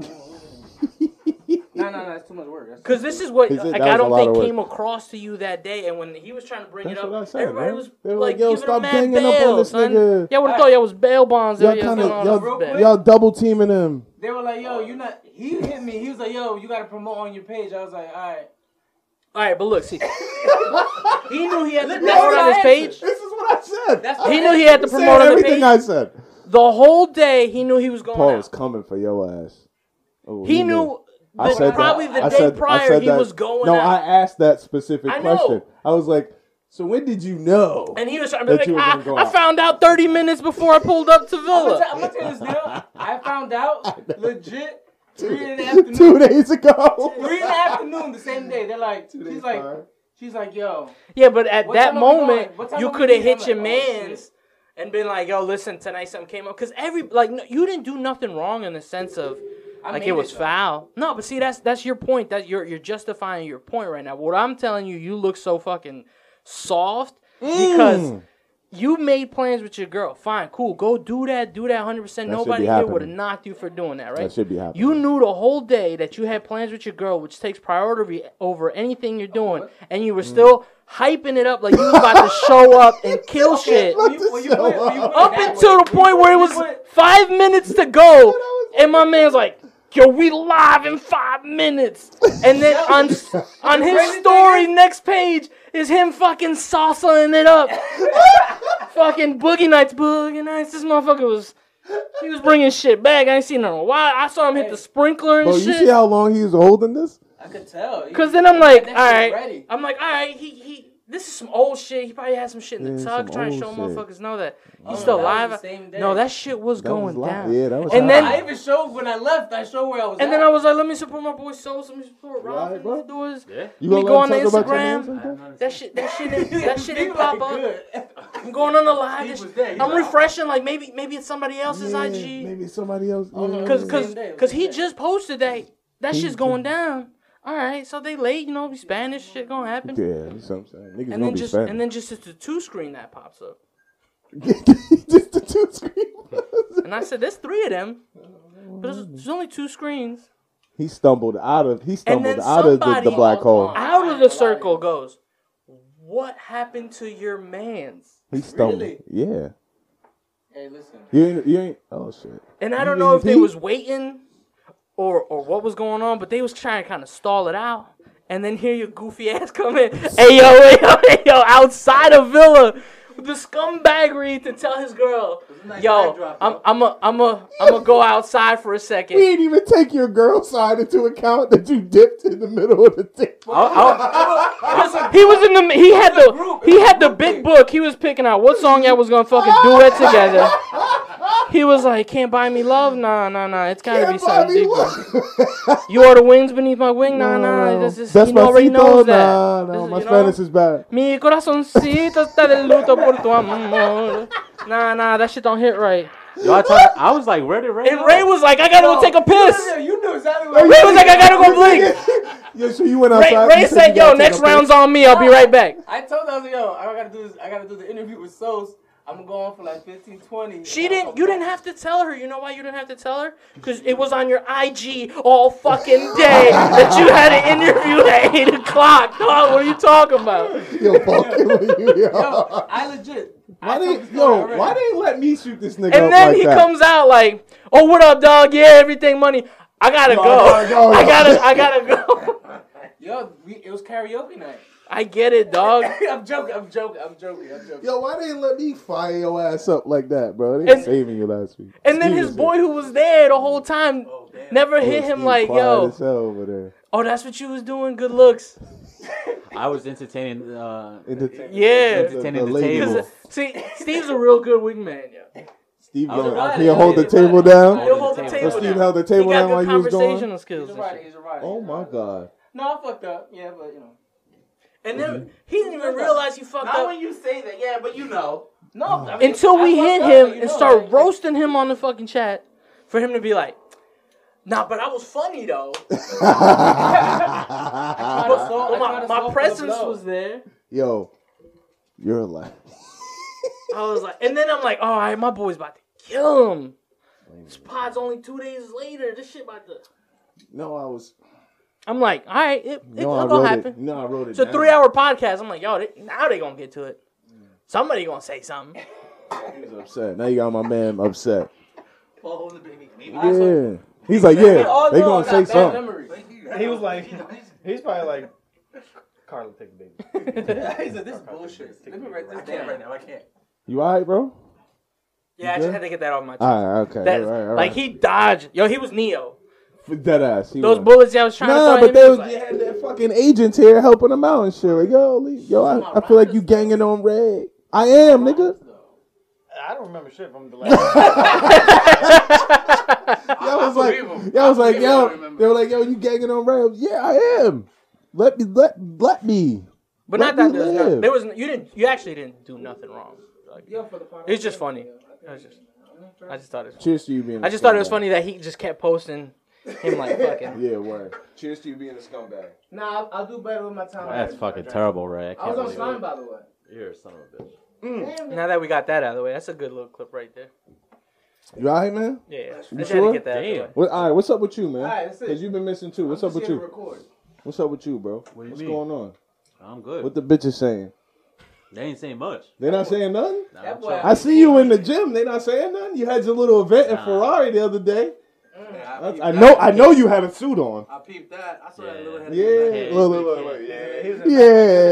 Speaker 5: No, no, no, that's too much work. That's
Speaker 3: Because this is what
Speaker 1: He said that
Speaker 3: like,
Speaker 1: was
Speaker 3: I
Speaker 1: a
Speaker 3: don't
Speaker 1: lot
Speaker 3: think
Speaker 1: of work.
Speaker 3: came across to you that day, and when he was trying to bring
Speaker 1: That's
Speaker 3: it up,
Speaker 1: what I said,
Speaker 3: everybody
Speaker 1: man.
Speaker 3: was
Speaker 1: They were
Speaker 3: like,
Speaker 1: like, yo,
Speaker 3: giving
Speaker 1: stop
Speaker 3: him mad
Speaker 1: ganging
Speaker 3: bail,
Speaker 1: up on this
Speaker 3: son.
Speaker 1: nigga.
Speaker 3: Yeah, would have thought y'all was bail bonds.
Speaker 1: Y'all
Speaker 3: y'all
Speaker 1: kind
Speaker 3: giving all this
Speaker 1: of
Speaker 3: bail.
Speaker 1: y'all, y'all double teaming him.
Speaker 5: They were like, yo, you not. He hit me. He was like, yo, you gotta promote on your page. I was like, all right.
Speaker 3: All right, but look, see, he knew he had to promote on his page.
Speaker 1: This is what I said.
Speaker 5: That's
Speaker 3: He knew he had to
Speaker 1: Said
Speaker 3: promote on the
Speaker 1: everything
Speaker 3: page.
Speaker 1: I said.
Speaker 3: The whole day, he knew he was going
Speaker 1: Paul's
Speaker 3: out.
Speaker 1: coming for your ass. Oh,
Speaker 3: He knew
Speaker 1: I
Speaker 3: the,
Speaker 1: said
Speaker 3: probably
Speaker 1: that.
Speaker 3: the
Speaker 1: I
Speaker 3: day
Speaker 1: said- I
Speaker 3: prior
Speaker 1: said
Speaker 3: he
Speaker 1: that.
Speaker 3: was going
Speaker 1: No, I
Speaker 3: out,
Speaker 1: asked that specific
Speaker 3: I know.
Speaker 1: question. I was like, "So when did you know?"
Speaker 3: and he was trying to
Speaker 1: that
Speaker 3: be
Speaker 1: you were gonna
Speaker 3: like, "Ah,
Speaker 1: go
Speaker 3: I, I
Speaker 1: out."
Speaker 3: found out 30 minutes before I pulled up to
Speaker 5: I'm gonna,
Speaker 3: Villa.
Speaker 5: tell, I'm gonna tell you this deal. I found out legit three in the afternoon.
Speaker 1: Two days ago.
Speaker 5: Three in the afternoon, the same day. They're like,
Speaker 1: Two days
Speaker 5: she's like,
Speaker 1: prior.
Speaker 5: she's like, yo,
Speaker 3: Yeah, but at
Speaker 5: What
Speaker 3: that
Speaker 5: time are we going?
Speaker 3: moment,
Speaker 5: What time
Speaker 3: you
Speaker 5: are we
Speaker 3: could have
Speaker 5: leaving?
Speaker 3: hit
Speaker 5: I'm
Speaker 3: your
Speaker 5: like, oh, shit.
Speaker 3: man's and been like, "Yo, listen, tonight something came up." Because every like, no, you didn't do nothing wrong in the sense of
Speaker 5: I
Speaker 3: like
Speaker 5: made
Speaker 3: it was
Speaker 5: though.
Speaker 3: foul. No, but see, that's that's your point. That you're you're justifying your point right now. What I'm telling you, you look so fucking soft
Speaker 5: Mm.
Speaker 3: because. You made plans with your girl. Fine, cool. Go do that. Do that
Speaker 1: be
Speaker 3: 100%. Nobody here would have
Speaker 1: happening.
Speaker 3: knocked you for doing that, right?
Speaker 1: That should be happening.
Speaker 3: You knew the whole day that you had plans with your girl, which takes priority over anything you're doing, and you were still hyping it up like you was about to show up and kill shit.
Speaker 1: Look to
Speaker 5: Well, you
Speaker 1: show
Speaker 5: put it- well, you
Speaker 1: up.
Speaker 5: put it
Speaker 3: Up
Speaker 5: that
Speaker 3: until
Speaker 5: way.
Speaker 3: the point where it was five minutes to go, and my man's like, "Yo, we live in five minutes," and then on on his story next page is him fucking salsaing it up, fucking boogie nights, boogie nights. This motherfucker was He was bringing shit back. I ain't seen no why. I saw him hit the sprinkler and
Speaker 1: Bro, you
Speaker 3: shit.
Speaker 1: see how long he was holding this?
Speaker 5: I could tell.
Speaker 3: Cause then I'm like, all
Speaker 5: That
Speaker 3: right,
Speaker 5: shit ready.
Speaker 3: I'm like, all right, he he. This is some old shit. He probably had some shit in the
Speaker 1: Yeah,
Speaker 3: tuck,
Speaker 1: some
Speaker 3: trying to
Speaker 1: old
Speaker 3: show
Speaker 1: shit.
Speaker 3: motherfuckers know that he's
Speaker 5: Oh,
Speaker 3: still
Speaker 5: that was
Speaker 3: alive.
Speaker 5: the same day.
Speaker 3: No, that shit was
Speaker 1: That was
Speaker 3: going
Speaker 1: live.
Speaker 3: down.
Speaker 1: Yeah, that was.
Speaker 3: And
Speaker 1: live.
Speaker 3: then-
Speaker 5: I even showed when I left. I showed where I was.
Speaker 3: And
Speaker 5: at.
Speaker 3: then I was like, let me support my boy Soul, let me support
Speaker 1: Right,
Speaker 3: Robin,
Speaker 1: bro.
Speaker 3: let me do his.
Speaker 1: you
Speaker 3: Let me
Speaker 1: gonna
Speaker 3: go on
Speaker 1: let him
Speaker 3: the
Speaker 1: talk about your names
Speaker 3: Instagram.
Speaker 1: like that?
Speaker 3: That shit, that shit, didn't, that shit didn't pop up.
Speaker 5: Good.
Speaker 3: I'm going on the live. That
Speaker 5: was
Speaker 3: shit-
Speaker 5: there. He
Speaker 3: I'm
Speaker 5: was-
Speaker 3: refreshing, like maybe, maybe it's somebody else's
Speaker 1: Yeah,
Speaker 3: IG.
Speaker 1: Maybe somebody else. yeah.
Speaker 3: Oh, Cause,
Speaker 5: Same
Speaker 3: cause,
Speaker 5: day,
Speaker 3: cause
Speaker 5: same
Speaker 3: he
Speaker 5: day.
Speaker 3: just posted that. That shit's going down. All right, so they late, you know, Spanish shit gonna happen.
Speaker 1: Yeah, that's what I'm saying. Niggas
Speaker 3: And
Speaker 1: gonna
Speaker 3: then
Speaker 1: be
Speaker 3: just
Speaker 1: fat.
Speaker 3: and then just it's a two screen that pops up.
Speaker 1: just the two screens.
Speaker 3: And I said, There's three of them. But there's, there's only two screens.
Speaker 1: he stumbled out of. He
Speaker 3: And
Speaker 1: stumbled
Speaker 3: then
Speaker 1: out of the,
Speaker 3: somebody-
Speaker 1: the black hole.
Speaker 3: Out of the circle goes, What happened to your man's?
Speaker 1: He stumbled.
Speaker 5: Really?
Speaker 1: Yeah.
Speaker 5: Hey, listen.
Speaker 1: You ain't. You ain't. Oh shit.
Speaker 3: And I don't know if they
Speaker 1: Mhm.
Speaker 3: was waiting or or what was going on, but they was trying to kind of stall it out. And then here your goofy ass come in. Hey yo, hey yo, hey yo, outside of Villa. with The scumbaggery to tell his girl,
Speaker 5: nice
Speaker 3: yo,
Speaker 5: backdrop,
Speaker 3: I'm
Speaker 5: though."
Speaker 3: I'm a I'm a I'm gonna go outside for a second.
Speaker 1: We didn't even take your girl side into account that you dipped in the middle of the thing.
Speaker 3: He was in the he had the he had the big book. He was picking out what song y'all was gonna fucking duet together. He was like, "Can't buy me love, nah, nah, nah. It's gotta be something deeper. You are the wings beneath my wing, nah, nah. This is,
Speaker 1: That's
Speaker 3: he already
Speaker 1: my
Speaker 3: knows that.
Speaker 1: Nah,
Speaker 3: This
Speaker 1: no,
Speaker 3: is-
Speaker 1: my
Speaker 3: you know?
Speaker 1: Spanish is bad.
Speaker 3: Mi corazoncito está de luto por tu amor. Nah, nah, that shit don't hit right.
Speaker 4: Yo, I, told, I was like, where did Ray?
Speaker 3: And Ray was like, "I gotta go take a piss."
Speaker 5: Yeah, you knew exactly
Speaker 1: Ray
Speaker 5: what.
Speaker 3: was like, "I gotta go blink."
Speaker 1: yeah, so you went
Speaker 3: Ray,
Speaker 1: outside.
Speaker 3: Ray
Speaker 1: you
Speaker 3: said,
Speaker 1: you
Speaker 3: "Yo,
Speaker 1: gotta take
Speaker 3: next
Speaker 1: a break."
Speaker 3: round's on me. I'll be right back."
Speaker 5: I told her, I was like, yo, I gotta do this. I gotta do the interview with Sos. I'm gonna go on for like 15, 20.
Speaker 3: She didn't. You didn't have to tell her. You know why you didn't have to tell her? Because it was on your IG all fucking day that you had an interview at eight o'clock. Dog, what are you talking about?
Speaker 1: Yo, fucking with you, yo.
Speaker 5: Yo, I legit.
Speaker 1: Why
Speaker 5: I told
Speaker 1: they,
Speaker 5: this story
Speaker 1: yo,
Speaker 5: already.
Speaker 1: why they let me shoot this nigga up
Speaker 3: And then
Speaker 1: like
Speaker 3: he
Speaker 1: that?
Speaker 3: comes out like, "Oh, what up, dog? Yeah, everything money. I gotta go.
Speaker 1: gotta go,
Speaker 3: I
Speaker 1: yo."
Speaker 3: gotta. I gotta go.
Speaker 5: Yo, we, it was karaoke night.
Speaker 3: I get it, dog.
Speaker 5: I'm joking. I'm joking. I'm joking. I'm joking.
Speaker 1: Yo, why they let me fire your ass up like that, bro? They
Speaker 3: And-
Speaker 1: saving you last week.
Speaker 3: And then
Speaker 1: Steve
Speaker 3: his
Speaker 1: was
Speaker 3: boy who was there the whole time
Speaker 5: Oh,
Speaker 3: never
Speaker 1: here.
Speaker 3: hit
Speaker 1: Steve
Speaker 3: him like,
Speaker 1: quiet
Speaker 3: "Yo,
Speaker 1: as hell over there.
Speaker 3: oh, that's what you was doing. Good looks.
Speaker 4: I was entertaining. Uh,
Speaker 1: And the-
Speaker 3: Yeah."
Speaker 1: the-
Speaker 4: Entertaining
Speaker 1: the
Speaker 4: the
Speaker 1: lady-
Speaker 4: table.
Speaker 3: Because see, Steve's a real good wingman, yo.
Speaker 1: Steve,
Speaker 4: I was
Speaker 1: going-
Speaker 5: right,
Speaker 1: he'll
Speaker 5: I
Speaker 1: hold the
Speaker 5: was
Speaker 1: table
Speaker 5: right.
Speaker 1: down.
Speaker 3: He'll hold the
Speaker 4: But
Speaker 3: table
Speaker 1: Steve
Speaker 3: down.
Speaker 1: held the
Speaker 3: He
Speaker 1: table
Speaker 3: got
Speaker 1: down
Speaker 3: good
Speaker 1: while you was gone.
Speaker 3: conversational skills.
Speaker 5: He's
Speaker 3: and
Speaker 5: a
Speaker 3: shit.
Speaker 5: writer. He's a writer.
Speaker 1: Oh my god.
Speaker 5: No, I fucked up. Yeah, but you know.
Speaker 3: And then he didn't even realize he fucked
Speaker 8: Not
Speaker 3: up
Speaker 8: when you say that, yeah, but you know.
Speaker 5: No. I mean,
Speaker 3: until we
Speaker 5: I fucked
Speaker 3: hit
Speaker 5: up,
Speaker 3: him
Speaker 5: but you
Speaker 3: and
Speaker 5: know,
Speaker 3: start
Speaker 5: like,
Speaker 3: roasting him on the fucking chat for him to be like, "Nah, but I was funny though.
Speaker 5: I
Speaker 3: But-
Speaker 5: tried to solve- I
Speaker 3: but
Speaker 5: tried
Speaker 3: my, my
Speaker 5: to solve for the
Speaker 3: presence
Speaker 5: blow.
Speaker 3: was there."
Speaker 1: Yo, you're alive.
Speaker 3: I was like, and then I'm like, "All right, my boy's about to kill him." This pod's only two days later. This shit about to.
Speaker 1: No, I was.
Speaker 3: I'm like, all right, it, it,
Speaker 1: No, I
Speaker 3: will
Speaker 1: wrote
Speaker 3: happen.
Speaker 1: it. No, I wrote it.
Speaker 3: It's a
Speaker 1: down.
Speaker 3: three hour podcast. I'm like, yo, they, now they gonna get to it. Somebody gonna say something.
Speaker 1: He was upset. Now you got my man upset.
Speaker 5: Paul holding the baby. Maybe I saw-
Speaker 1: Yeah. He's like, yeah,
Speaker 5: all
Speaker 1: they
Speaker 5: know
Speaker 1: gonna
Speaker 5: I
Speaker 1: say
Speaker 5: got bad
Speaker 1: something.
Speaker 5: memories.
Speaker 2: He was like, he's probably like, Carla, take the baby.
Speaker 5: He said, this is bullshit. Let me write this down right now. I can't.
Speaker 1: You alright, bro?
Speaker 3: Yeah, I
Speaker 1: You
Speaker 3: just
Speaker 1: good?
Speaker 3: had to get that off my chest.
Speaker 1: Alright, okay.
Speaker 3: That-
Speaker 1: all right, all
Speaker 3: Like
Speaker 1: right.
Speaker 3: he dodged. Yo, he was Neo.
Speaker 1: dead ass. He
Speaker 3: Those
Speaker 1: was.
Speaker 3: bullets I was trying
Speaker 1: Nah,
Speaker 3: to throw
Speaker 1: but they was,
Speaker 3: at
Speaker 1: they
Speaker 3: him. he was
Speaker 1: had their fucking agents here helping them out and shit. Like, yo, Lee, yo, I, I feel like you ganging on red. I am, nigga.
Speaker 2: I don't remember shit from the last.
Speaker 1: Y'all was like,
Speaker 5: believe 'em.
Speaker 1: y'all was like,
Speaker 5: believe 'em, I
Speaker 1: yo,
Speaker 5: remember.
Speaker 1: they were like, yo, you ganging on red. Yeah, I am. Let me, let, let me.
Speaker 3: But
Speaker 1: Let
Speaker 3: not
Speaker 1: me
Speaker 3: that there was,
Speaker 1: live.
Speaker 3: no, there was n- you didn't you actually didn't do nothing wrong. Like,
Speaker 5: Yo, for the podcast.
Speaker 3: it's just funny. I was just, I just thought it. Was,
Speaker 1: Cheers to you being.
Speaker 3: I just thought it was funny that he just kept posting him like fucking.
Speaker 1: Yeah, word. Cheers to you being a scumbag.
Speaker 5: Nah, I'll, I'll do better with my time.
Speaker 4: That's fucking terrible, Ray. I
Speaker 5: I
Speaker 4: can't
Speaker 5: was on
Speaker 4: believe
Speaker 5: slime,
Speaker 4: it.
Speaker 5: by the way.
Speaker 4: You're a son of a bitch.
Speaker 1: Mm.
Speaker 3: Now that we got that out of the way, that's a good little clip right there.
Speaker 1: You alright, man?
Speaker 3: Yeah, yeah.
Speaker 1: You
Speaker 3: I just had
Speaker 1: sure?
Speaker 3: to get that. out of the
Speaker 4: Damn.
Speaker 3: way.
Speaker 1: What, all right, what's up with you, man?
Speaker 5: All right, that's it.
Speaker 1: Cause you've been missing too. What's up with you?
Speaker 5: Record.
Speaker 1: What's up with you, bro?
Speaker 4: you
Speaker 1: What's
Speaker 4: mean?
Speaker 1: going on?
Speaker 4: I'm good.
Speaker 1: What the bitches saying?
Speaker 4: They ain't saying much.
Speaker 1: They not saying nothing.
Speaker 4: Nah,
Speaker 5: That
Speaker 4: I'm
Speaker 5: boy-
Speaker 4: chill.
Speaker 1: I see you in the gym. They not saying nothing. You had your little event in
Speaker 4: Nah.
Speaker 1: Ferrari the other day.
Speaker 5: Yeah,
Speaker 1: That's,
Speaker 5: peeped
Speaker 1: I
Speaker 5: that.
Speaker 1: know. I know you had a suit on.
Speaker 5: I peeped that. I saw that little head.
Speaker 1: Yeah.
Speaker 5: in the back.
Speaker 1: Look, look, look, look.
Speaker 5: He was
Speaker 1: Yeah.
Speaker 5: in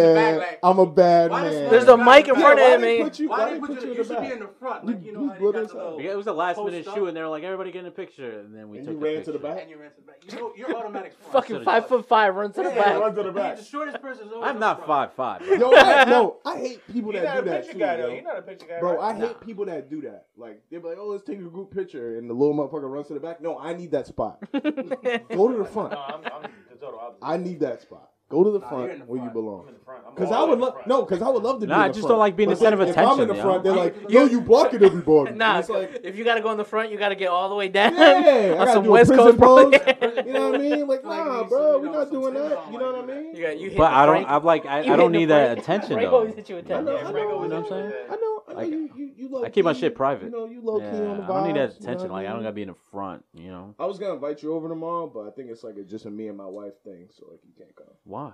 Speaker 5: the back,
Speaker 1: Yeah.
Speaker 5: like-
Speaker 1: I'm a bad
Speaker 5: Why
Speaker 1: man.
Speaker 3: There's the mic in
Speaker 1: Yeah,
Speaker 3: front
Speaker 1: why
Speaker 3: of
Speaker 1: they
Speaker 3: me.
Speaker 1: put you-
Speaker 5: Why did
Speaker 1: they
Speaker 5: put you?
Speaker 1: in
Speaker 5: You
Speaker 1: the
Speaker 5: should be
Speaker 1: back?
Speaker 5: in the front.
Speaker 1: You-
Speaker 5: Like you
Speaker 1: you
Speaker 5: know how
Speaker 1: go
Speaker 5: you got
Speaker 1: inside.
Speaker 5: the little.
Speaker 4: Because It was a last minute
Speaker 5: Post up.
Speaker 4: shoot, and they were like, everybody getting a picture. And then we
Speaker 1: And
Speaker 4: took
Speaker 1: you
Speaker 4: the
Speaker 1: ran to
Speaker 4: picture.
Speaker 1: the back.
Speaker 5: And you ran to the back. You know, you're automatic front.
Speaker 3: Fucking five foot five, run to the
Speaker 1: Yeah,
Speaker 3: back.
Speaker 1: run to the back.
Speaker 5: The shortest person is always
Speaker 4: I'm
Speaker 5: up
Speaker 4: not
Speaker 5: front.
Speaker 4: five five. bro.
Speaker 1: Yo, I, no, I hate people
Speaker 2: You're
Speaker 1: that
Speaker 2: not a
Speaker 1: do that
Speaker 2: picture
Speaker 1: too,
Speaker 2: guy,
Speaker 1: yo.
Speaker 2: though. You're not a picture guy,
Speaker 1: Bro,
Speaker 2: right?
Speaker 1: I hate people that do that. Like they're like, "Oh, let's take a group picture," and the little motherfucker runs to the back. No, I need that spot. Go to the front.
Speaker 2: No, I'm, I'm the total opposite.
Speaker 1: I need that spot. Go to the
Speaker 5: Nah,
Speaker 1: front
Speaker 5: you're in the
Speaker 1: where
Speaker 5: front.
Speaker 1: you
Speaker 2: I'm
Speaker 1: belong.
Speaker 2: in the front. I'm
Speaker 1: Cause
Speaker 2: all
Speaker 1: I would
Speaker 2: in the
Speaker 1: love,
Speaker 2: front.
Speaker 1: no, cause I would love to be.
Speaker 4: Nah,
Speaker 1: in
Speaker 4: I
Speaker 1: the
Speaker 4: just
Speaker 1: front.
Speaker 4: don't like being
Speaker 1: But
Speaker 4: the center
Speaker 1: like,
Speaker 4: of
Speaker 1: If I'm in
Speaker 4: attention,
Speaker 1: the
Speaker 4: yo.
Speaker 1: front, they're like, "Yo, you barking to be barking."
Speaker 3: Nah,
Speaker 1: And it's like,
Speaker 3: if you gotta go in the front, you gotta get all the way down.
Speaker 1: yeah, I
Speaker 3: on
Speaker 1: gotta
Speaker 3: some
Speaker 1: do a
Speaker 3: West
Speaker 1: prison
Speaker 3: Coast
Speaker 1: pose.
Speaker 3: play.
Speaker 1: You know what I mean? Like,
Speaker 5: Like,
Speaker 1: nah, bro,
Speaker 5: you see,
Speaker 1: we're
Speaker 5: you know,
Speaker 1: not doing
Speaker 5: sometimes
Speaker 1: that.
Speaker 5: I
Speaker 1: You know what I
Speaker 5: don't like
Speaker 1: mean?
Speaker 3: you got you hit
Speaker 4: But
Speaker 3: the
Speaker 4: I don't.
Speaker 3: Frank.
Speaker 4: I'm like I,
Speaker 3: You
Speaker 4: I
Speaker 3: hit
Speaker 4: don't
Speaker 3: the
Speaker 4: need that
Speaker 3: Frank.
Speaker 4: attention
Speaker 3: Frank
Speaker 4: though.
Speaker 3: always hits you with
Speaker 1: I know,
Speaker 3: that.
Speaker 1: I
Speaker 2: Frank
Speaker 1: know,
Speaker 2: always
Speaker 1: I
Speaker 4: You know what I'm
Speaker 1: know.
Speaker 2: saying?
Speaker 1: I know, I know.
Speaker 4: Like,
Speaker 1: you, you, you low
Speaker 4: I keep my
Speaker 1: key,
Speaker 4: shit private.
Speaker 1: You know, you low
Speaker 4: Yeah,
Speaker 1: key on the vibes.
Speaker 4: I don't
Speaker 1: you
Speaker 4: need that
Speaker 1: know
Speaker 4: attention.
Speaker 1: what
Speaker 4: Like I don't
Speaker 1: mean?
Speaker 4: gotta be in the front. You know
Speaker 1: I was gonna invite you over tomorrow, but I think it's like a, just a me and my wife thing, so like you can't come.
Speaker 4: why?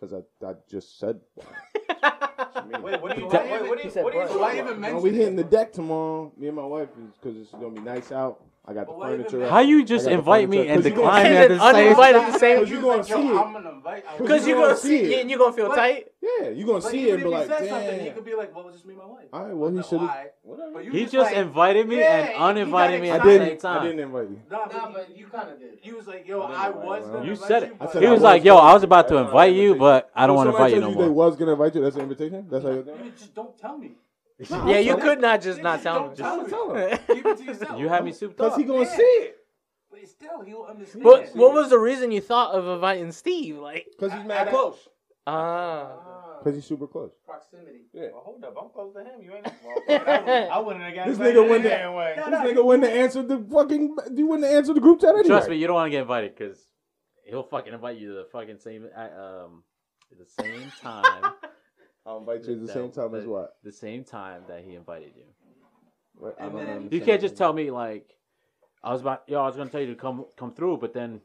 Speaker 1: Cause I, I just said.
Speaker 2: Wait, what do you?
Speaker 5: That-
Speaker 2: Wait, what do you? What do you?
Speaker 5: So why even
Speaker 1: No,
Speaker 5: mention?
Speaker 1: we hitting the
Speaker 5: it?
Speaker 1: deck tomorrow. Me and my wife is because it's gonna be nice out. I got the
Speaker 5: But why even
Speaker 1: furniture.
Speaker 5: mention-
Speaker 1: up.
Speaker 4: How you just
Speaker 1: I got the
Speaker 4: invite me
Speaker 1: furniture.
Speaker 4: and
Speaker 1: 'Cause you
Speaker 4: decline
Speaker 1: gonna-
Speaker 3: And
Speaker 4: me at
Speaker 3: then
Speaker 4: the same
Speaker 3: uninvite at
Speaker 4: time?
Speaker 3: the same.
Speaker 1: 'Cause you gonna see
Speaker 5: Yo, I'm
Speaker 1: it.
Speaker 5: gonna invite. I
Speaker 1: Cause
Speaker 3: Because
Speaker 5: was-
Speaker 1: you
Speaker 3: you're
Speaker 1: gonna
Speaker 3: gonna
Speaker 1: see
Speaker 3: see
Speaker 1: it.
Speaker 3: it and you're gonna feel
Speaker 5: What?
Speaker 3: tight.
Speaker 1: Yeah, you gonna
Speaker 5: Like,
Speaker 1: see
Speaker 5: even
Speaker 1: it and
Speaker 5: if
Speaker 1: be
Speaker 5: he
Speaker 1: like,
Speaker 5: said something, he
Speaker 1: damn.
Speaker 5: could be like, "Well, it's just me and my wife."
Speaker 1: All right, well he
Speaker 5: No,
Speaker 1: should have.
Speaker 5: why?
Speaker 1: Whatever.
Speaker 5: But you
Speaker 4: He just
Speaker 5: like-
Speaker 4: invited me
Speaker 5: Yeah,
Speaker 4: and
Speaker 5: you got
Speaker 4: uninvited me at
Speaker 1: I
Speaker 5: excited.
Speaker 4: the same
Speaker 1: didn't. I
Speaker 4: time.
Speaker 1: didn't invite you.
Speaker 5: Nah,
Speaker 9: Nah,
Speaker 5: but
Speaker 9: but you kind of did.
Speaker 5: you was like, "Yo,
Speaker 1: I didn't
Speaker 5: I
Speaker 1: invite
Speaker 5: was
Speaker 1: you.
Speaker 5: gonna."
Speaker 4: You
Speaker 5: invite
Speaker 4: said it.
Speaker 1: I
Speaker 5: but-
Speaker 1: said
Speaker 4: He was like, "Yo, I was about to invite you, but I don't want to invite
Speaker 1: Somebody
Speaker 4: you
Speaker 1: told
Speaker 4: no
Speaker 1: They
Speaker 4: more."
Speaker 1: was gonna invite you. That's an invitation. That's how you're doing.
Speaker 5: You just don't tell me.
Speaker 3: Yeah, you could not just not tell
Speaker 5: Don't
Speaker 3: me.
Speaker 5: tell me.
Speaker 1: Tell him.
Speaker 5: Keep it to yourself.
Speaker 4: You had me souped
Speaker 1: Cause
Speaker 4: up.
Speaker 1: he gonna
Speaker 5: Yeah.
Speaker 1: see it.
Speaker 5: But still, he will understand.
Speaker 3: What What was the reason you thought of inviting Steve? Like,
Speaker 1: Cause he's mad close.
Speaker 5: close?
Speaker 3: ah,
Speaker 1: Cause he's super close.
Speaker 5: Proximity.
Speaker 2: Well, hold up, I'm close to him. You ain't. I wouldn't have got
Speaker 1: This
Speaker 2: invited
Speaker 1: nigga wouldn't-
Speaker 2: damn way.
Speaker 1: This nigga wouldn't have answered the fucking. You wouldn't have answered the group chat anyway.
Speaker 4: Trust me, you don't want to get invited because he'll fucking invite you to the fucking same at, um at the same time,
Speaker 1: I'll invite you at the same time as what?
Speaker 4: the same time that he invited you.
Speaker 1: What? I
Speaker 5: And
Speaker 1: don't
Speaker 5: then-
Speaker 1: understand.
Speaker 4: You can't just tell me like I was about yo, I was gonna tell you to come come through, but then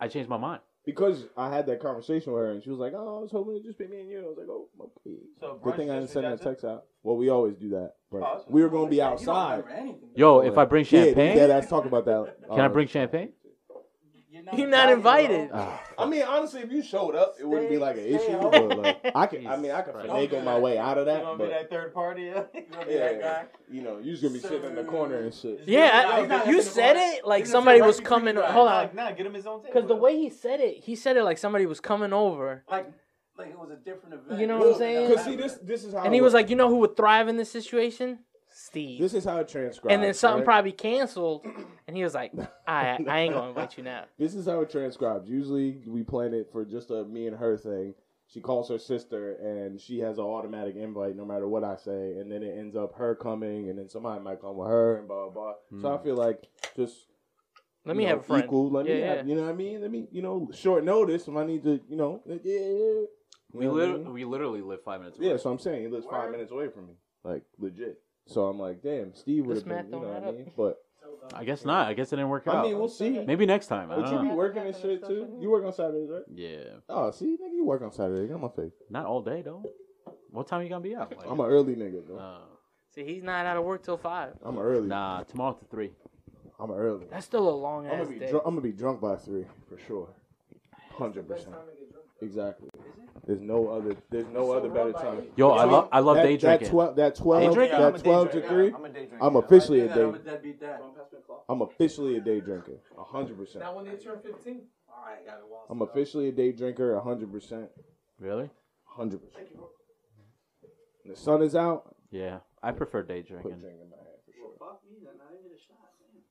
Speaker 4: I changed my mind.
Speaker 1: because I had that conversation with her and she was like, "Oh, I was hoping it'd just be me and you." I was like, "Oh, okay."
Speaker 2: So
Speaker 1: Good thing I
Speaker 2: brunch
Speaker 1: didn't send that
Speaker 2: suggested-
Speaker 1: text out. Well, we always do that, but
Speaker 2: Oh, that's
Speaker 1: we were gonna be
Speaker 5: You don't
Speaker 1: outside.
Speaker 5: remember anything.
Speaker 4: Yo, if I bring champagne,
Speaker 1: yeah, that's talk about that.
Speaker 4: can I bring champagne?
Speaker 5: You're
Speaker 3: you're not invited.
Speaker 1: I mean, honestly, if you showed up, it wouldn't be like an issue.
Speaker 5: home.
Speaker 1: But like, I can, I
Speaker 4: Jesus
Speaker 1: mean, I could
Speaker 4: Christ.
Speaker 1: finagle my way out of
Speaker 2: You
Speaker 1: that,
Speaker 2: gonna be
Speaker 1: but
Speaker 2: that third party? Yeah.
Speaker 1: yeah, you know, you're just gonna be sitting in the corner and shit.
Speaker 5: No, he's
Speaker 3: Yeah,
Speaker 5: not
Speaker 3: I, you
Speaker 5: listening to
Speaker 3: said
Speaker 5: Barney.
Speaker 3: it like
Speaker 5: He's
Speaker 3: somebody
Speaker 5: gonna
Speaker 3: was
Speaker 5: say,
Speaker 3: coming.
Speaker 5: "Right,
Speaker 3: Hold
Speaker 2: Nah,
Speaker 3: on,
Speaker 2: nah, get him his own table.
Speaker 3: because the way he said it, he said it like somebody was coming over,
Speaker 5: Like, like it was a different event.
Speaker 3: You know what I'm
Speaker 1: Well,
Speaker 3: saying?
Speaker 1: Cause see, this this is how
Speaker 3: and
Speaker 1: it
Speaker 3: he was
Speaker 1: works.
Speaker 3: like, "You know who would thrive in this situation? Steve."
Speaker 1: Oh, this is how it transcribes.
Speaker 3: And then something
Speaker 1: right?
Speaker 3: probably canceled, and he was like, "I I ain't gonna invite you now."
Speaker 1: This is how it transcribes. Usually, we plan it for just a me and her thing. She calls her sister, and she has an automatic invite no matter what I say, and then it ends up her coming, and then somebody might come with her, and blah blah. blah. So
Speaker 4: Hmm.
Speaker 1: I feel like just
Speaker 3: Let
Speaker 1: you
Speaker 3: me
Speaker 1: know,
Speaker 3: have a friend.
Speaker 1: equal. Let me
Speaker 3: Yeah,
Speaker 1: have,
Speaker 3: yeah.
Speaker 1: you know what I mean. Let me you know short notice if I need to you know like, yeah. yeah, yeah. You
Speaker 4: We
Speaker 1: know what I
Speaker 4: literally
Speaker 1: mean?
Speaker 4: we literally live five minutes.
Speaker 1: yeah.
Speaker 4: away.
Speaker 1: So I'm saying he lives five minutes away from me, like legit. So I'm like, damn, Steve would
Speaker 3: This
Speaker 1: have been,
Speaker 3: math
Speaker 1: you know
Speaker 3: don't
Speaker 1: what
Speaker 3: add
Speaker 1: I
Speaker 3: up.
Speaker 1: mean? But
Speaker 4: I guess not. I guess it didn't work
Speaker 1: I
Speaker 4: out.
Speaker 1: mean, we'll see.
Speaker 4: Maybe next time. I
Speaker 1: Would
Speaker 4: don't
Speaker 1: you
Speaker 4: know.
Speaker 1: be working and shit too? You work on Saturdays, right?
Speaker 4: Yeah,
Speaker 1: Oh, see, nigga, you work on Saturday. Get on my face.
Speaker 4: not all day though. What time you gonna be out? Like,
Speaker 1: I'm an early nigga, though.
Speaker 4: uh,
Speaker 3: See, he's not out of work till five.
Speaker 1: I'm an early.
Speaker 4: nah, tomorrow to three.
Speaker 1: I'm an early.
Speaker 3: That's still a long
Speaker 1: I'm
Speaker 3: ass
Speaker 1: gonna be
Speaker 3: day.
Speaker 1: drunk. I'm gonna be drunk by three for sure. Hundred percent. Exactly. There's no other. There's no other better time.
Speaker 4: Yo, Oh, I love I love
Speaker 1: that,
Speaker 4: day
Speaker 1: That
Speaker 4: drinking.
Speaker 1: twelve. That twelve.
Speaker 4: drinking?
Speaker 2: Yeah, I'm
Speaker 1: That
Speaker 2: a day
Speaker 1: twelve to
Speaker 2: drinker.
Speaker 1: three.
Speaker 2: I'm a day drinker.
Speaker 1: I'm officially
Speaker 5: Yeah,
Speaker 1: a
Speaker 5: that,
Speaker 1: day.
Speaker 5: I'm a deadbeat dad. Don't pass me the clock.
Speaker 1: I'm officially a day drinker. hundred percent.
Speaker 5: Now when they turn 15. All right, got it. Well,
Speaker 1: I'm officially a day drinker. hundred percent.
Speaker 4: Really?
Speaker 1: hundred percent. The sun is out.
Speaker 4: Yeah, I prefer day
Speaker 1: Put a
Speaker 4: drinking.
Speaker 1: drink in my hand for sure.
Speaker 5: fuck me, then I didn't get a shot.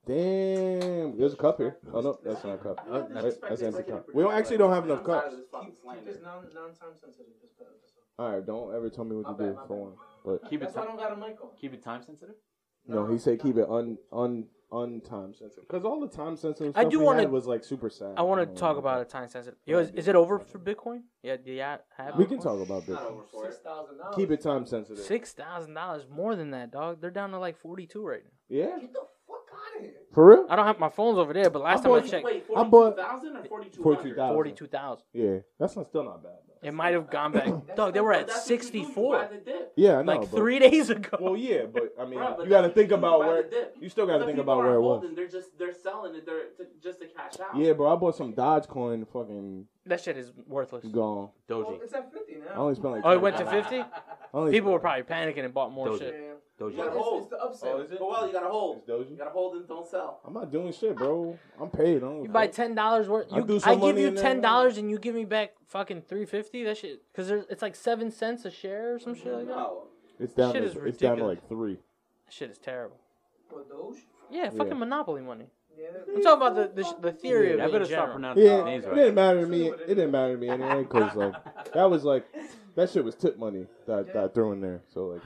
Speaker 1: Damn, there's a cup here. Oh no, that's not a cup.
Speaker 5: I didn't
Speaker 1: That's,
Speaker 5: expect
Speaker 1: that's
Speaker 5: this
Speaker 1: empty
Speaker 5: regular
Speaker 1: cup. We don't actually don't have enough
Speaker 5: I'm tired
Speaker 1: cups.
Speaker 5: of this fucking slander. Keep this non non time sensitive. This better.
Speaker 1: All right, don't ever tell me what
Speaker 5: My
Speaker 1: you
Speaker 5: bad,
Speaker 1: do
Speaker 5: my
Speaker 1: for
Speaker 5: bad.
Speaker 1: one. But
Speaker 4: Keep it
Speaker 5: That's why I
Speaker 4: time.
Speaker 5: don't got a mic on.
Speaker 4: Keep it time sensitive.
Speaker 1: no, he said keep it un un un time sensitive because all the time sensitive.
Speaker 3: I
Speaker 1: Stuff
Speaker 3: do
Speaker 1: we
Speaker 3: wanna-
Speaker 1: had was like super sad.
Speaker 3: I want to talk about a time sensitive. Yo, is, is it over for Bitcoin? Yeah, do y'all have
Speaker 1: We can talk about this.
Speaker 5: Six thousand dollars.
Speaker 1: Keep it time sensitive.
Speaker 3: six thousand dollars more than that, dog. They're down to like forty two right now.
Speaker 1: Yeah,
Speaker 5: Get the fuck out of here.
Speaker 1: For real?
Speaker 3: I don't have my phones over there, but last
Speaker 1: I
Speaker 3: time I
Speaker 1: bought-
Speaker 3: checked,
Speaker 8: Wait,
Speaker 1: I bought-
Speaker 8: 42,000 or 42,000?
Speaker 1: 42,000.
Speaker 3: forty-two thousand.
Speaker 1: Yeah, that's not, still not bad. Though.
Speaker 3: It might have gone back. Dog, they were at sixty-four
Speaker 1: Yeah, I know.
Speaker 3: like
Speaker 1: but-
Speaker 3: three days ago.
Speaker 1: Well, yeah, but I mean,
Speaker 8: Bruh, but
Speaker 1: you got to
Speaker 8: that's
Speaker 1: think
Speaker 8: what you do
Speaker 1: about
Speaker 8: by the
Speaker 1: where.
Speaker 8: dip.
Speaker 1: You still got to
Speaker 8: Some
Speaker 1: think
Speaker 8: people
Speaker 1: about
Speaker 8: aren't
Speaker 1: where it was.
Speaker 8: holding, They're just they're selling it. They're to, just to cash out.
Speaker 1: Yeah, bro, I bought some Dogecoin. Fucking
Speaker 3: that shit is worthless.
Speaker 1: gone.
Speaker 4: Doji,
Speaker 2: It's at 50
Speaker 1: I
Speaker 2: now.
Speaker 1: only spent like.
Speaker 3: Oh, it went to
Speaker 1: 20.
Speaker 3: fifty.
Speaker 1: I only
Speaker 3: People were
Speaker 1: spent-
Speaker 3: probably panicking and bought more
Speaker 4: Doja.
Speaker 3: shit.
Speaker 8: You gotta
Speaker 4: Doji.
Speaker 2: It's-
Speaker 8: hold.
Speaker 2: It's the upsell.
Speaker 8: But well, you gotta hold.
Speaker 1: It's Doji?
Speaker 8: You gotta hold and don't sell.
Speaker 1: I'm not doing shit, bro. I'm paid. I don't
Speaker 3: You
Speaker 1: give a
Speaker 3: buy
Speaker 1: fuck.
Speaker 3: ten dollars worth.
Speaker 1: I
Speaker 3: You,
Speaker 1: threw
Speaker 3: I,
Speaker 1: some
Speaker 3: give
Speaker 1: money
Speaker 3: you
Speaker 1: in there.
Speaker 3: ten dollars and you give me back fucking three fifty. That shit, cause there's, it's like seven cents a share or some shit like that. That
Speaker 8: No.
Speaker 1: It's down.
Speaker 3: Shit
Speaker 1: to,
Speaker 3: is
Speaker 1: it's down to
Speaker 3: ridiculous.
Speaker 1: like three.
Speaker 3: shit is terrible.
Speaker 2: What, Doge?
Speaker 3: Yeah, fucking
Speaker 1: Yeah.
Speaker 3: monopoly money.
Speaker 2: Yeah.
Speaker 3: I'm talking about the the, sh- the theory
Speaker 4: I
Speaker 3: of it.
Speaker 4: better
Speaker 3: in
Speaker 4: stop
Speaker 3: general.
Speaker 4: pronouncing
Speaker 1: Yeah,
Speaker 4: these names
Speaker 1: it
Speaker 4: right.
Speaker 1: didn't matter to me. It didn't matter to me anyway, cause like that was like that shit was tip money that, that I threw in there. So like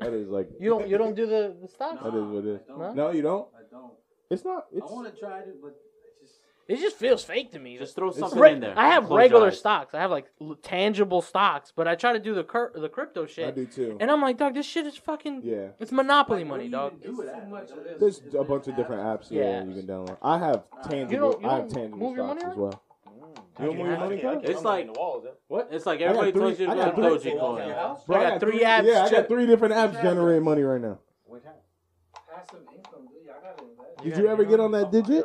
Speaker 1: that is like
Speaker 3: You don't you don't do the, the stocks.
Speaker 1: that is what it is.
Speaker 2: I
Speaker 3: don't.
Speaker 1: No, you don't.
Speaker 2: I don't.
Speaker 1: It's not. It's,
Speaker 2: I want to try it, but I just.
Speaker 3: It just feels fake to me.
Speaker 4: Just throw something
Speaker 3: Re-
Speaker 4: in there.
Speaker 3: I have
Speaker 4: Close your
Speaker 3: regular
Speaker 4: eyes.
Speaker 3: stocks. I have like l- tangible stocks, but I try to do the cur- the crypto shit.
Speaker 1: I do too.
Speaker 3: And I'm like, dog, this shit is fucking.
Speaker 1: Yeah.
Speaker 3: It's monopoly
Speaker 2: What do
Speaker 3: money,
Speaker 2: you
Speaker 3: dog.
Speaker 2: even do with that? Like, there's-
Speaker 1: There's a
Speaker 2: there's
Speaker 1: bunch of different apps. Yeah,
Speaker 3: Yeah.
Speaker 1: you can download. I have tangible.
Speaker 3: you
Speaker 1: I
Speaker 3: don't
Speaker 1: have tangible
Speaker 3: move your
Speaker 1: stocks
Speaker 3: money Mm.
Speaker 1: as well. You don't
Speaker 3: you
Speaker 1: move your
Speaker 3: have
Speaker 1: money,
Speaker 3: to.
Speaker 1: bro?
Speaker 4: It's like what? It's like
Speaker 1: got
Speaker 4: everybody
Speaker 1: three-
Speaker 4: tells you
Speaker 1: I
Speaker 4: to
Speaker 1: got
Speaker 4: go
Speaker 1: three-
Speaker 4: Doji coin.
Speaker 1: Bro,
Speaker 3: I got three apps
Speaker 1: Yeah, I
Speaker 3: gen-
Speaker 1: got three different apps generating money right now.
Speaker 2: Passive income, dude. Y'all gotta invest.
Speaker 1: Did you ever get on that digit?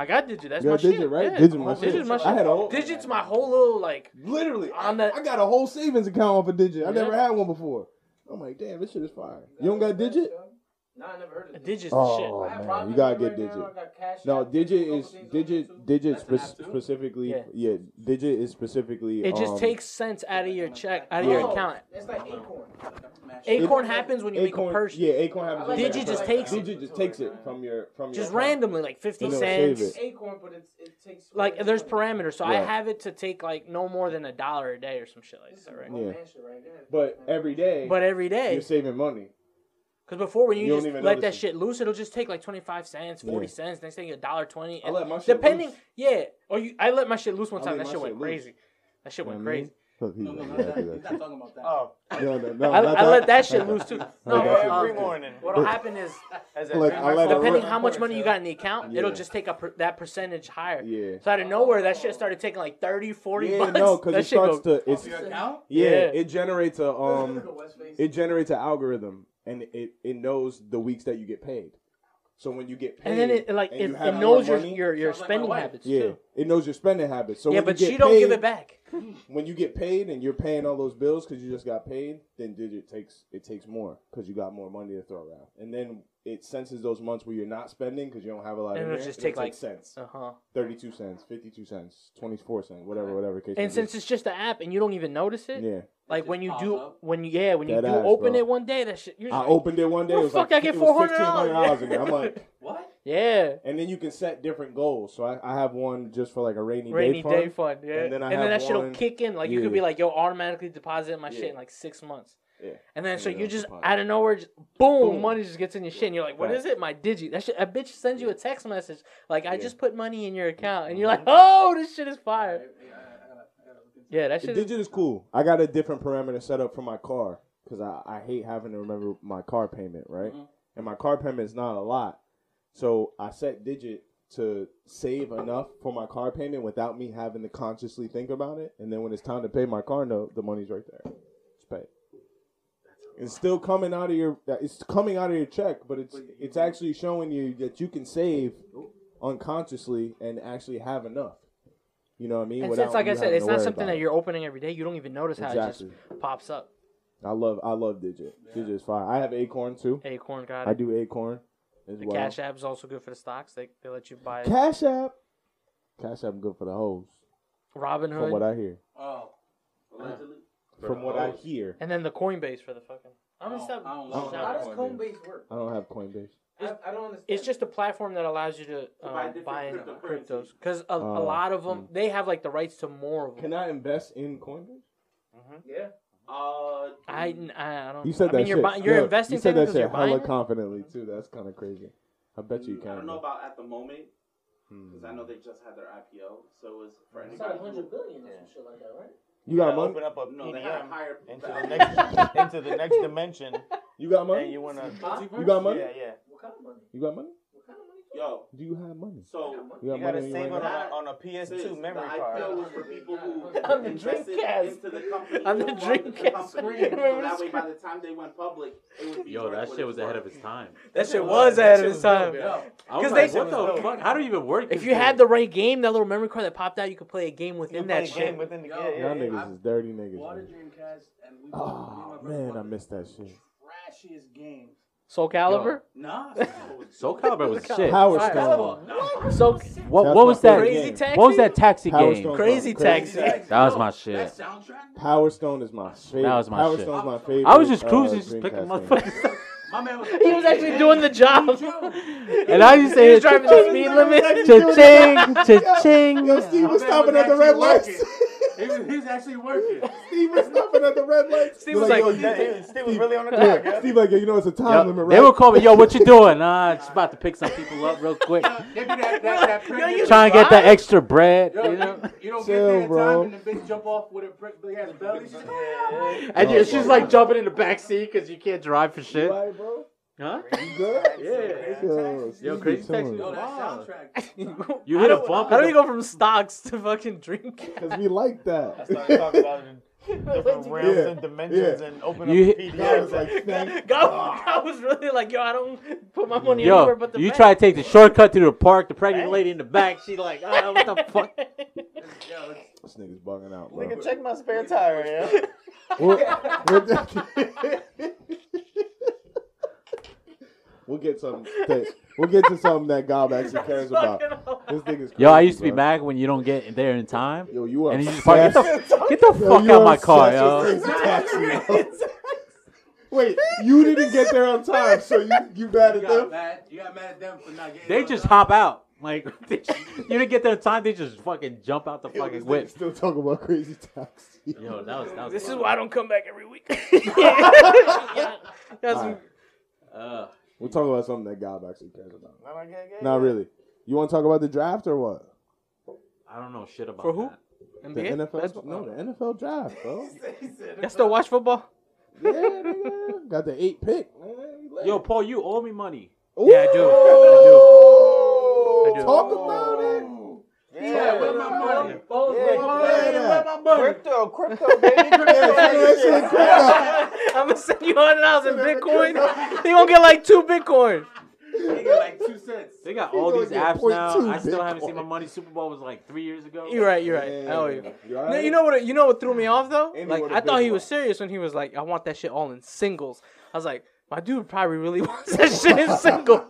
Speaker 3: I got digit. That's
Speaker 1: You
Speaker 3: my
Speaker 1: got digit,
Speaker 3: shit.
Speaker 1: right?
Speaker 3: Yeah.
Speaker 1: Digit my
Speaker 3: Digit's
Speaker 1: shit.
Speaker 3: my
Speaker 1: I had a whole
Speaker 3: Digit's my whole little like.
Speaker 1: Literally, I,
Speaker 3: On that-
Speaker 1: I got a whole savings account off of Digit. I
Speaker 3: Yeah.
Speaker 1: never had one before. I'm like, damn, this shit is fire. You don't got Digit?
Speaker 2: Nah, I never heard of
Speaker 3: Digit's the shit.
Speaker 1: Oh man, you gotta get Digit. No, Digit is Digit. Digit
Speaker 2: That's an
Speaker 1: spe-
Speaker 2: app, too?
Speaker 1: specifically. Yeah.
Speaker 3: Yeah.
Speaker 1: Digit is specifically.
Speaker 3: It just
Speaker 1: um,
Speaker 3: takes cents out of your check, out of your account.
Speaker 2: It's like Acorn.
Speaker 3: Acorn happens when you make a
Speaker 1: Acorn.
Speaker 3: purchase,
Speaker 1: Yeah, Acorn happens.
Speaker 3: Digit
Speaker 1: when you
Speaker 3: just
Speaker 1: make a
Speaker 3: takes it.
Speaker 1: purchase. Digit just takes it from your from
Speaker 3: just
Speaker 1: your account.
Speaker 3: randomly, like fifty
Speaker 1: You don't save
Speaker 3: cents.
Speaker 1: it.
Speaker 2: Acorn, but it's, it takes.
Speaker 3: Like there's parameters, so I
Speaker 1: Right.
Speaker 3: have it to take like no more than a dollar a day or some shit like
Speaker 2: This is
Speaker 3: that, right?
Speaker 2: grown
Speaker 1: Yeah.
Speaker 2: man shit right there.
Speaker 1: But every day,
Speaker 3: But every day,
Speaker 1: you're saving money.
Speaker 3: because before when you,
Speaker 1: You don't
Speaker 3: just
Speaker 1: even
Speaker 3: let that
Speaker 1: notice it.
Speaker 3: shit loose, it'll just take like twenty five cents, forty
Speaker 1: Yeah.
Speaker 3: cents. Next thing, a dollar twenty.
Speaker 1: I let my shit
Speaker 3: Depending,
Speaker 1: loose.
Speaker 3: yeah. Or you, I let my shit loose one
Speaker 1: I
Speaker 3: time.
Speaker 1: let
Speaker 3: That
Speaker 1: my
Speaker 3: shit
Speaker 1: shit
Speaker 3: went
Speaker 1: loose.
Speaker 3: crazy. That shit
Speaker 1: You know
Speaker 3: went
Speaker 1: what I mean?
Speaker 3: crazy.
Speaker 1: He's
Speaker 5: No, no,
Speaker 1: like,
Speaker 5: no,
Speaker 1: yeah, I do
Speaker 5: that- he's
Speaker 1: that.
Speaker 5: not talking about that.
Speaker 7: Oh,
Speaker 1: No, no, no,
Speaker 3: I,
Speaker 1: not
Speaker 3: I let that shit loose too. No,
Speaker 1: that shit
Speaker 3: um,
Speaker 7: every morning.
Speaker 3: what'll happen is
Speaker 7: As
Speaker 1: Look,
Speaker 7: drink
Speaker 1: I
Speaker 7: my
Speaker 1: let
Speaker 7: coffee.
Speaker 1: it
Speaker 3: depending how much money you got in the account,
Speaker 1: Yeah.
Speaker 3: it'll just take up per- that percentage higher.
Speaker 1: Yeah.
Speaker 3: So out of nowhere, that shit started taking like 30, 40
Speaker 1: Yeah,
Speaker 3: bucks.
Speaker 1: no, because
Speaker 3: that
Speaker 1: it
Speaker 3: shit
Speaker 1: starts
Speaker 3: go-
Speaker 1: to. It's, yeah,
Speaker 5: Now?
Speaker 3: Yeah.
Speaker 1: it generates a um.
Speaker 2: West Face.
Speaker 1: it generates an algorithm and it, it knows the weeks that you get paid. So when you get paid,
Speaker 3: and then it like
Speaker 1: and
Speaker 3: it,
Speaker 1: you have
Speaker 3: it knows
Speaker 1: more
Speaker 3: your
Speaker 1: money-
Speaker 3: your, your spending habits
Speaker 1: yeah,
Speaker 3: too.
Speaker 1: it knows your spending habits. So
Speaker 3: yeah,
Speaker 1: when
Speaker 3: but
Speaker 1: you get
Speaker 3: she don't
Speaker 1: paid,
Speaker 3: give it back.
Speaker 1: When you get paid and you're paying all those bills because you just got paid, then Digit takes it takes more because you got more money to throw around, and then it senses those months where you're not spending because you don't have a lot.
Speaker 3: And
Speaker 1: in
Speaker 3: it'll
Speaker 1: there,
Speaker 3: just
Speaker 1: and
Speaker 3: take, like-
Speaker 1: cents,
Speaker 3: Uh huh.
Speaker 1: thirty-two cents, fifty-two cents, twenty-four cents, whatever, whatever case.
Speaker 3: And
Speaker 1: it
Speaker 3: since
Speaker 1: is.
Speaker 3: it's just an app and you don't even notice it,
Speaker 1: yeah,
Speaker 3: like when you
Speaker 5: pops
Speaker 3: do
Speaker 5: up.
Speaker 3: when you yeah when you
Speaker 1: Dead
Speaker 3: do
Speaker 1: ass,
Speaker 3: open
Speaker 1: bro.
Speaker 3: it one day, that shit. You're
Speaker 1: I
Speaker 3: like,
Speaker 1: opened it one day.
Speaker 3: "Where
Speaker 1: it was
Speaker 3: the fuck
Speaker 1: like,
Speaker 3: I get
Speaker 1: it was
Speaker 3: $400?
Speaker 1: $1,500 in there. I'm like.
Speaker 5: What?
Speaker 3: yeah,
Speaker 1: And then you can set different goals. So I, I have one just for like a rainy,
Speaker 3: rainy
Speaker 1: day, fund.
Speaker 3: day fund. Yeah,
Speaker 1: And
Speaker 3: and
Speaker 1: then
Speaker 3: then,
Speaker 1: I have
Speaker 3: that shit'll
Speaker 1: one-
Speaker 3: kick in. Like you
Speaker 1: Yeah.
Speaker 3: could be like, yo, automatically deposit my
Speaker 1: Yeah.
Speaker 3: shit in like six months.
Speaker 1: Yeah.
Speaker 3: And then
Speaker 1: And
Speaker 3: so
Speaker 1: then
Speaker 3: you
Speaker 1: it'll
Speaker 3: just
Speaker 1: deposit.
Speaker 3: out of nowhere, just boom,
Speaker 1: Boom.
Speaker 3: money just gets in your shit, and you're like, "What
Speaker 1: Right.
Speaker 3: is it? My digi?" That shit, a bitch sends you a text message like, "I
Speaker 1: Yeah.
Speaker 3: just put money in your account," and you're
Speaker 1: Mm-hmm.
Speaker 3: like, "Oh, this shit is fire." Yeah, that
Speaker 1: The
Speaker 3: shit. Is,
Speaker 1: digit is cool. I got a different parameter set up for my car because I, I hate having to remember my car payment, right?
Speaker 3: Mm-hmm.
Speaker 1: And my car payment is not a lot. So I set digit to save enough for my car payment without me having to consciously think about it. And then when it's time to pay my car note, the money's right there. It's paid. It's still coming out of your. It's coming out of your check, but it's it's actually showing you that you can save unconsciously and actually have enough. You know what I mean?
Speaker 3: and
Speaker 1: Without
Speaker 3: since, like
Speaker 1: you
Speaker 3: I said,
Speaker 1: having to
Speaker 3: it's not
Speaker 1: worry
Speaker 3: something
Speaker 1: about
Speaker 3: that
Speaker 1: it.
Speaker 3: you're opening every day. You don't even notice how
Speaker 1: Exactly.
Speaker 3: it just pops up.
Speaker 1: I love I love Digit. Digit is fine. I have Acorn too.
Speaker 3: Acorn got
Speaker 1: I
Speaker 3: it.
Speaker 1: do Acorn as
Speaker 3: The
Speaker 1: well.
Speaker 3: Cash App is also good for the stocks. They they let you buy it.
Speaker 1: Cash App. Cash App good for the hoes. From what
Speaker 3: Robinhood,
Speaker 1: I hear.
Speaker 5: Oh.
Speaker 8: Allegedly.
Speaker 1: From what I hear.
Speaker 3: and then the Coinbase for the fucking. I'm gonna
Speaker 5: Oh,
Speaker 3: stop.
Speaker 5: I don't
Speaker 1: like
Speaker 2: How
Speaker 1: that.
Speaker 2: does Coinbase work?
Speaker 1: I don't have Coinbase.
Speaker 2: I, I don't understand.
Speaker 3: It's just a platform that allows you to
Speaker 8: buy
Speaker 3: um,
Speaker 8: different
Speaker 3: buy in
Speaker 8: cryptocurrencies.
Speaker 3: cryptos because a, a
Speaker 1: Oh,
Speaker 3: lot of them they have like the rights to more of them.
Speaker 1: Can I invest in Coinbase?
Speaker 2: yeah.
Speaker 8: Uh,
Speaker 3: I, I I don't.
Speaker 1: You said
Speaker 3: I
Speaker 1: that
Speaker 3: mean,
Speaker 1: shit.
Speaker 3: you're, buy- you're
Speaker 1: Yeah,
Speaker 3: investing
Speaker 1: You said that
Speaker 3: because
Speaker 1: shit
Speaker 3: you're buying.
Speaker 1: hella
Speaker 3: it?
Speaker 1: confidently too. That's kind of crazy. I bet you
Speaker 8: I
Speaker 1: can.
Speaker 8: don't know
Speaker 1: bro.
Speaker 8: about at the moment because
Speaker 1: Hmm.
Speaker 8: I know they just had their IPO, so it was for
Speaker 2: It's like
Speaker 8: anybody.
Speaker 2: 100 billion or some shit like that, right?
Speaker 1: You got
Speaker 7: gotta
Speaker 1: money?
Speaker 7: Open up a
Speaker 8: who- No, they had a
Speaker 7: PDM
Speaker 8: higher.
Speaker 7: into the next into the next dimension,
Speaker 1: You got money?
Speaker 7: and you wanna.
Speaker 1: You got money?
Speaker 7: Yeah, yeah.
Speaker 2: What kind of money?
Speaker 1: You got money?
Speaker 2: What kind of money?
Speaker 8: Yo,
Speaker 1: Do you have money?
Speaker 8: so
Speaker 1: You got
Speaker 2: You gotta
Speaker 1: money in
Speaker 2: save
Speaker 1: your
Speaker 2: on a,
Speaker 1: hand?
Speaker 2: on a
Speaker 8: sis,
Speaker 2: PS2
Speaker 8: the
Speaker 2: memory
Speaker 8: IPO
Speaker 2: card.
Speaker 8: was for people who
Speaker 3: On the
Speaker 8: invested
Speaker 3: Dreamcast.
Speaker 8: into the company.
Speaker 3: On the
Speaker 8: who wanted
Speaker 3: Dreamcast.
Speaker 8: company. So
Speaker 3: Remember
Speaker 8: that
Speaker 3: the
Speaker 8: way, by the time they went public, it would be
Speaker 4: Yo,
Speaker 8: worth
Speaker 4: that
Speaker 8: what
Speaker 4: shit
Speaker 8: it's
Speaker 4: was ahead
Speaker 8: worth.
Speaker 4: of its time.
Speaker 3: That shit
Speaker 2: was ahead of its time.
Speaker 4: I was
Speaker 2: 'Cause
Speaker 4: like,
Speaker 2: they-
Speaker 4: what the fuck? How do you even work?
Speaker 3: If
Speaker 4: this
Speaker 3: you had
Speaker 4: thing?
Speaker 3: the right game, that little memory card that popped out, you could play a game within that
Speaker 2: Playing game
Speaker 3: shit.
Speaker 2: within the game.
Speaker 9: Yo,
Speaker 2: Yeah,
Speaker 1: Y'all
Speaker 2: yeah, yeah.
Speaker 1: niggas is dirty niggas.
Speaker 9: Bought a
Speaker 1: man.
Speaker 9: Dreamcast and we
Speaker 1: Oh man, I missed that shit.
Speaker 9: Trashiest games.
Speaker 3: Soul Calibur?
Speaker 9: Nah,
Speaker 4: Soul Calibur was shit.
Speaker 1: Howard
Speaker 3: Fire.
Speaker 1: Stone.
Speaker 3: So
Speaker 4: What,
Speaker 1: That's
Speaker 4: what
Speaker 1: my
Speaker 4: was that?
Speaker 1: favorite
Speaker 3: Crazy
Speaker 1: game.
Speaker 3: Taxi?
Speaker 4: What was that taxi
Speaker 1: Howard
Speaker 4: game?
Speaker 1: Stone's
Speaker 3: Crazy
Speaker 1: my-
Speaker 3: Taxi.
Speaker 4: That was my
Speaker 5: That
Speaker 4: shit.
Speaker 5: soundtrack?
Speaker 1: Howard Stone is my favorite.
Speaker 4: That was my
Speaker 1: Howard
Speaker 4: shit.
Speaker 1: Stone's my favorite.
Speaker 4: I was just
Speaker 1: uh,
Speaker 4: cruising, just
Speaker 1: Dreamcast
Speaker 4: picking
Speaker 1: game.
Speaker 4: motherfuckers. up.
Speaker 5: My man was.
Speaker 3: He was actually doing the job.
Speaker 4: And I used to
Speaker 3: He
Speaker 4: hear
Speaker 3: was driving the speed limit.
Speaker 4: cha-ching, cha-ching.
Speaker 1: Yo, Steve was stopping at the red lights.
Speaker 5: He was, he was actually working.
Speaker 1: Steve was stopping at the red lights.
Speaker 3: Steve was like,
Speaker 1: yo,
Speaker 2: Yeah,
Speaker 1: you-
Speaker 2: yeah, Steve was really on the clock.
Speaker 1: yeah,
Speaker 2: yeah.
Speaker 1: Steve like, yo, you know it's a time
Speaker 4: Yo,
Speaker 1: limit, right?
Speaker 4: They would call me, yo, what you doing? Nah, just about to pick some people up real quick.
Speaker 5: They do that, that, that prick.
Speaker 3: you-
Speaker 4: Trying to get that extra bread.
Speaker 5: Yo,
Speaker 4: you
Speaker 5: you,
Speaker 4: know?
Speaker 5: you
Speaker 1: Chill,
Speaker 5: don't get there in
Speaker 1: bro.
Speaker 5: time and the bitch jump off with a brick big ass belly. She's like,
Speaker 4: And you- she's like jumping in the back seat because you can't drive for shit.
Speaker 1: You all right, bro?
Speaker 4: Huh?
Speaker 1: You good?
Speaker 4: Yeah.
Speaker 1: Yo, Steve be
Speaker 4: Crazy Taxi
Speaker 1: chilling.
Speaker 5: Yo, that
Speaker 4: Wow.
Speaker 5: soundtrack.
Speaker 4: You hit a
Speaker 3: How
Speaker 4: bump.
Speaker 3: do
Speaker 4: in
Speaker 3: you
Speaker 4: the-
Speaker 3: go from stocks to fucking drink?
Speaker 1: Cause we like
Speaker 2: I started
Speaker 1: that.
Speaker 2: talking about different realms
Speaker 1: Yeah,
Speaker 2: and dimensions
Speaker 1: yeah.
Speaker 2: and open up
Speaker 4: You hit-
Speaker 2: PDFs.
Speaker 1: I was like, thank
Speaker 3: God, God was really like, yo, I don't put my money anywhere
Speaker 4: Yo,
Speaker 3: but the
Speaker 4: you
Speaker 3: bank.
Speaker 4: try to take the shortcut through the park. The pregnant
Speaker 2: Hey.
Speaker 4: lady in the back, she like, ah, what the fuck?
Speaker 1: This nigga's bugging out, bro.
Speaker 2: Nigga, check my spare tire, yeah.
Speaker 1: We'll, we'll, We'll get some. We'll get to something that Gob actually cares about. This thing is. Crazy,
Speaker 4: Yo, I used to be
Speaker 1: bro.
Speaker 4: mad when you don't get there in time.
Speaker 1: Yo, you are.
Speaker 4: And you just park. Get the, get the
Speaker 1: Yo,
Speaker 4: fuck
Speaker 1: you
Speaker 4: out
Speaker 1: are
Speaker 4: my car,
Speaker 1: obsessed
Speaker 4: yo.
Speaker 1: with Crazy Taxi, yo. Wait, you didn't get there on time, so you you mad at
Speaker 5: You got
Speaker 1: them?
Speaker 5: mad. You got mad at them for not getting.
Speaker 4: They
Speaker 5: on
Speaker 4: just
Speaker 5: time.
Speaker 4: hop out. Like they just- you didn't get there in time, they just fucking jump out the
Speaker 1: Yo,
Speaker 4: fucking
Speaker 1: this nigga
Speaker 4: whip.
Speaker 1: Still talking about crazy taxi.
Speaker 4: Yo, Oh, that was that was.
Speaker 3: This is
Speaker 4: fun.
Speaker 3: why I don't come back every week. yeah. That's,
Speaker 1: Alright,
Speaker 4: Uh,
Speaker 1: we'll talk about something that God actually cares about.
Speaker 2: No, no, yeah, yeah, yeah.
Speaker 1: Not really. You want to talk about the draft or what?
Speaker 4: I don't know shit about
Speaker 3: For who?
Speaker 4: that.
Speaker 1: The
Speaker 3: NBA?
Speaker 1: NFL?
Speaker 3: That's-
Speaker 1: no, the NFL draft, bro.
Speaker 3: Y'all still watch football?
Speaker 1: yeah, nigga. got the eight pick.
Speaker 4: Yo, Paul, you owe me money.
Speaker 3: Yeah, I do.
Speaker 1: do.
Speaker 3: I do.
Speaker 1: Talk about it.
Speaker 5: Yeah, where my money? Oh,
Speaker 2: Yeah,
Speaker 5: where
Speaker 2: yeah,
Speaker 5: my money?
Speaker 1: yeah.
Speaker 5: Where my money?
Speaker 2: Crypto, crypto, baby,
Speaker 1: Yeah, that shit
Speaker 2: crypto.
Speaker 1: crack up.
Speaker 3: I'm gonna send you hundred dollars in Bitcoin. you gonna get like two Bitcoin.
Speaker 5: They get like two cents.
Speaker 4: They got
Speaker 1: He
Speaker 4: all
Speaker 1: gonna
Speaker 4: these
Speaker 1: get
Speaker 4: apps now.
Speaker 1: 0.2
Speaker 4: I still haven't seen my
Speaker 1: Bitcoin.
Speaker 4: money. Super Bowl was like three years ago.
Speaker 3: You're right. You're right. I owe you. No, you know what? You know what threw me off though?
Speaker 1: Any
Speaker 3: Like
Speaker 1: word
Speaker 3: I
Speaker 1: of
Speaker 3: thought he
Speaker 1: Bitcoin.
Speaker 3: was serious when he was like, "I want that shit all in singles." I was like, "My dude probably really wants that shit in singles."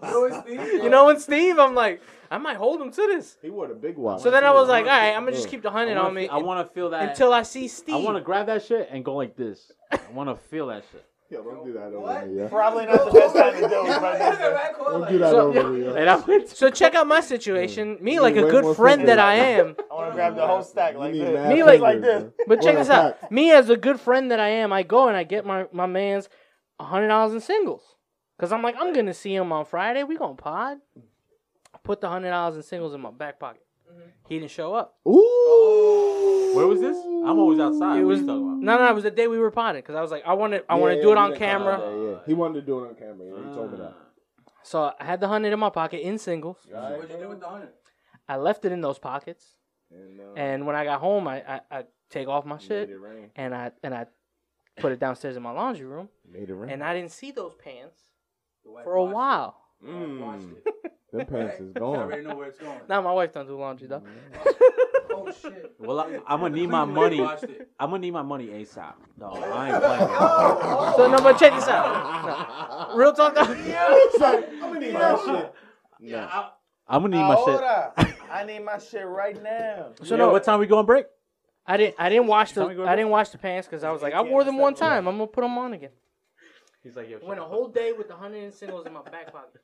Speaker 3: you know, and Steve, I'm like, I might hold him to this.
Speaker 1: He wore the big watch.
Speaker 3: So then I was like, "All right, I'm gonna just keep the
Speaker 4: I
Speaker 3: hundred on
Speaker 4: wanna,
Speaker 3: me
Speaker 4: feel, I wanna feel that.
Speaker 3: until I see Steve."
Speaker 4: I wanna grab that shit and go like this. I wanna feel that shit.
Speaker 1: Yo, don't do that
Speaker 5: What?
Speaker 1: over me, yo.
Speaker 2: Probably not the best time to do it, brother.
Speaker 1: Don't do that
Speaker 4: So-
Speaker 1: over me, yo.
Speaker 4: And I went.
Speaker 3: So check out my situation. Me, like a
Speaker 1: way
Speaker 3: good
Speaker 1: more
Speaker 3: friend that
Speaker 1: fingers.
Speaker 3: I am.
Speaker 2: I want to grab the whole stack
Speaker 1: You
Speaker 2: like
Speaker 1: need
Speaker 2: this.
Speaker 1: mad
Speaker 3: Me like-
Speaker 2: like
Speaker 1: fingers,
Speaker 2: this.
Speaker 1: bro.
Speaker 3: But check
Speaker 1: Well,
Speaker 3: this out.
Speaker 1: fact,
Speaker 3: Me as a good friend that I am, I go and I get my my man's hundred dollars in singles. Cause I'm like, I'm gonna see him on Friday. We gonna pod. I put the hundred dollars in singles in my back pocket.
Speaker 1: Mm-hmm.
Speaker 3: He didn't show up.
Speaker 1: Ooh.
Speaker 4: Where was this? I'm always outside.
Speaker 3: It
Speaker 4: What
Speaker 3: was
Speaker 4: you
Speaker 3: no,
Speaker 4: talking about?
Speaker 3: no. It was the day we were potting. Cause I was like, I want to, I
Speaker 1: Yeah,
Speaker 3: want to
Speaker 1: yeah,
Speaker 3: do it
Speaker 1: he
Speaker 3: on
Speaker 1: did-
Speaker 3: camera.
Speaker 1: Yeah, yeah. He wanted to do it on camera. yeah, He told me that.
Speaker 3: So I had the hundred in my pocket in singles.
Speaker 5: What'd you do with the hundred?
Speaker 3: I left it in those pockets. And when I got home, I I, I take off my shit and I and I put it downstairs in my laundry room.
Speaker 1: Made it rain.
Speaker 3: And I didn't see those pants
Speaker 5: The wife
Speaker 3: for a
Speaker 5: watched it.
Speaker 3: while.
Speaker 5: The wife watched
Speaker 4: Mm.
Speaker 5: it.
Speaker 1: Them pants is
Speaker 5: I
Speaker 1: gone.
Speaker 5: already know where it's going.
Speaker 3: Now my wife don't do laundry though. Mm-hmm.
Speaker 5: Oh shit.
Speaker 4: Well, I, I'm gonna need my
Speaker 5: Cleveland
Speaker 4: money.
Speaker 5: watched it.
Speaker 4: I'm gonna need my money ASAP. No, I ain't playing.
Speaker 3: So no, but check this out. No. Real talk though.
Speaker 1: It's like, I'm gonna need my shit.
Speaker 5: Yeah, I,
Speaker 4: I'm gonna need my shit.
Speaker 2: Ahora, I need my shit right now.
Speaker 3: So
Speaker 4: Yo,
Speaker 3: no,
Speaker 4: what time we going break?
Speaker 3: I didn't. I didn't wash the.
Speaker 4: Tell me, go
Speaker 3: I didn't wash the pants because I was like, I wore them one time. I'm gonna put them on again.
Speaker 4: He's like, yo,
Speaker 3: Went a whole day with the hundred and singles in my back pocket.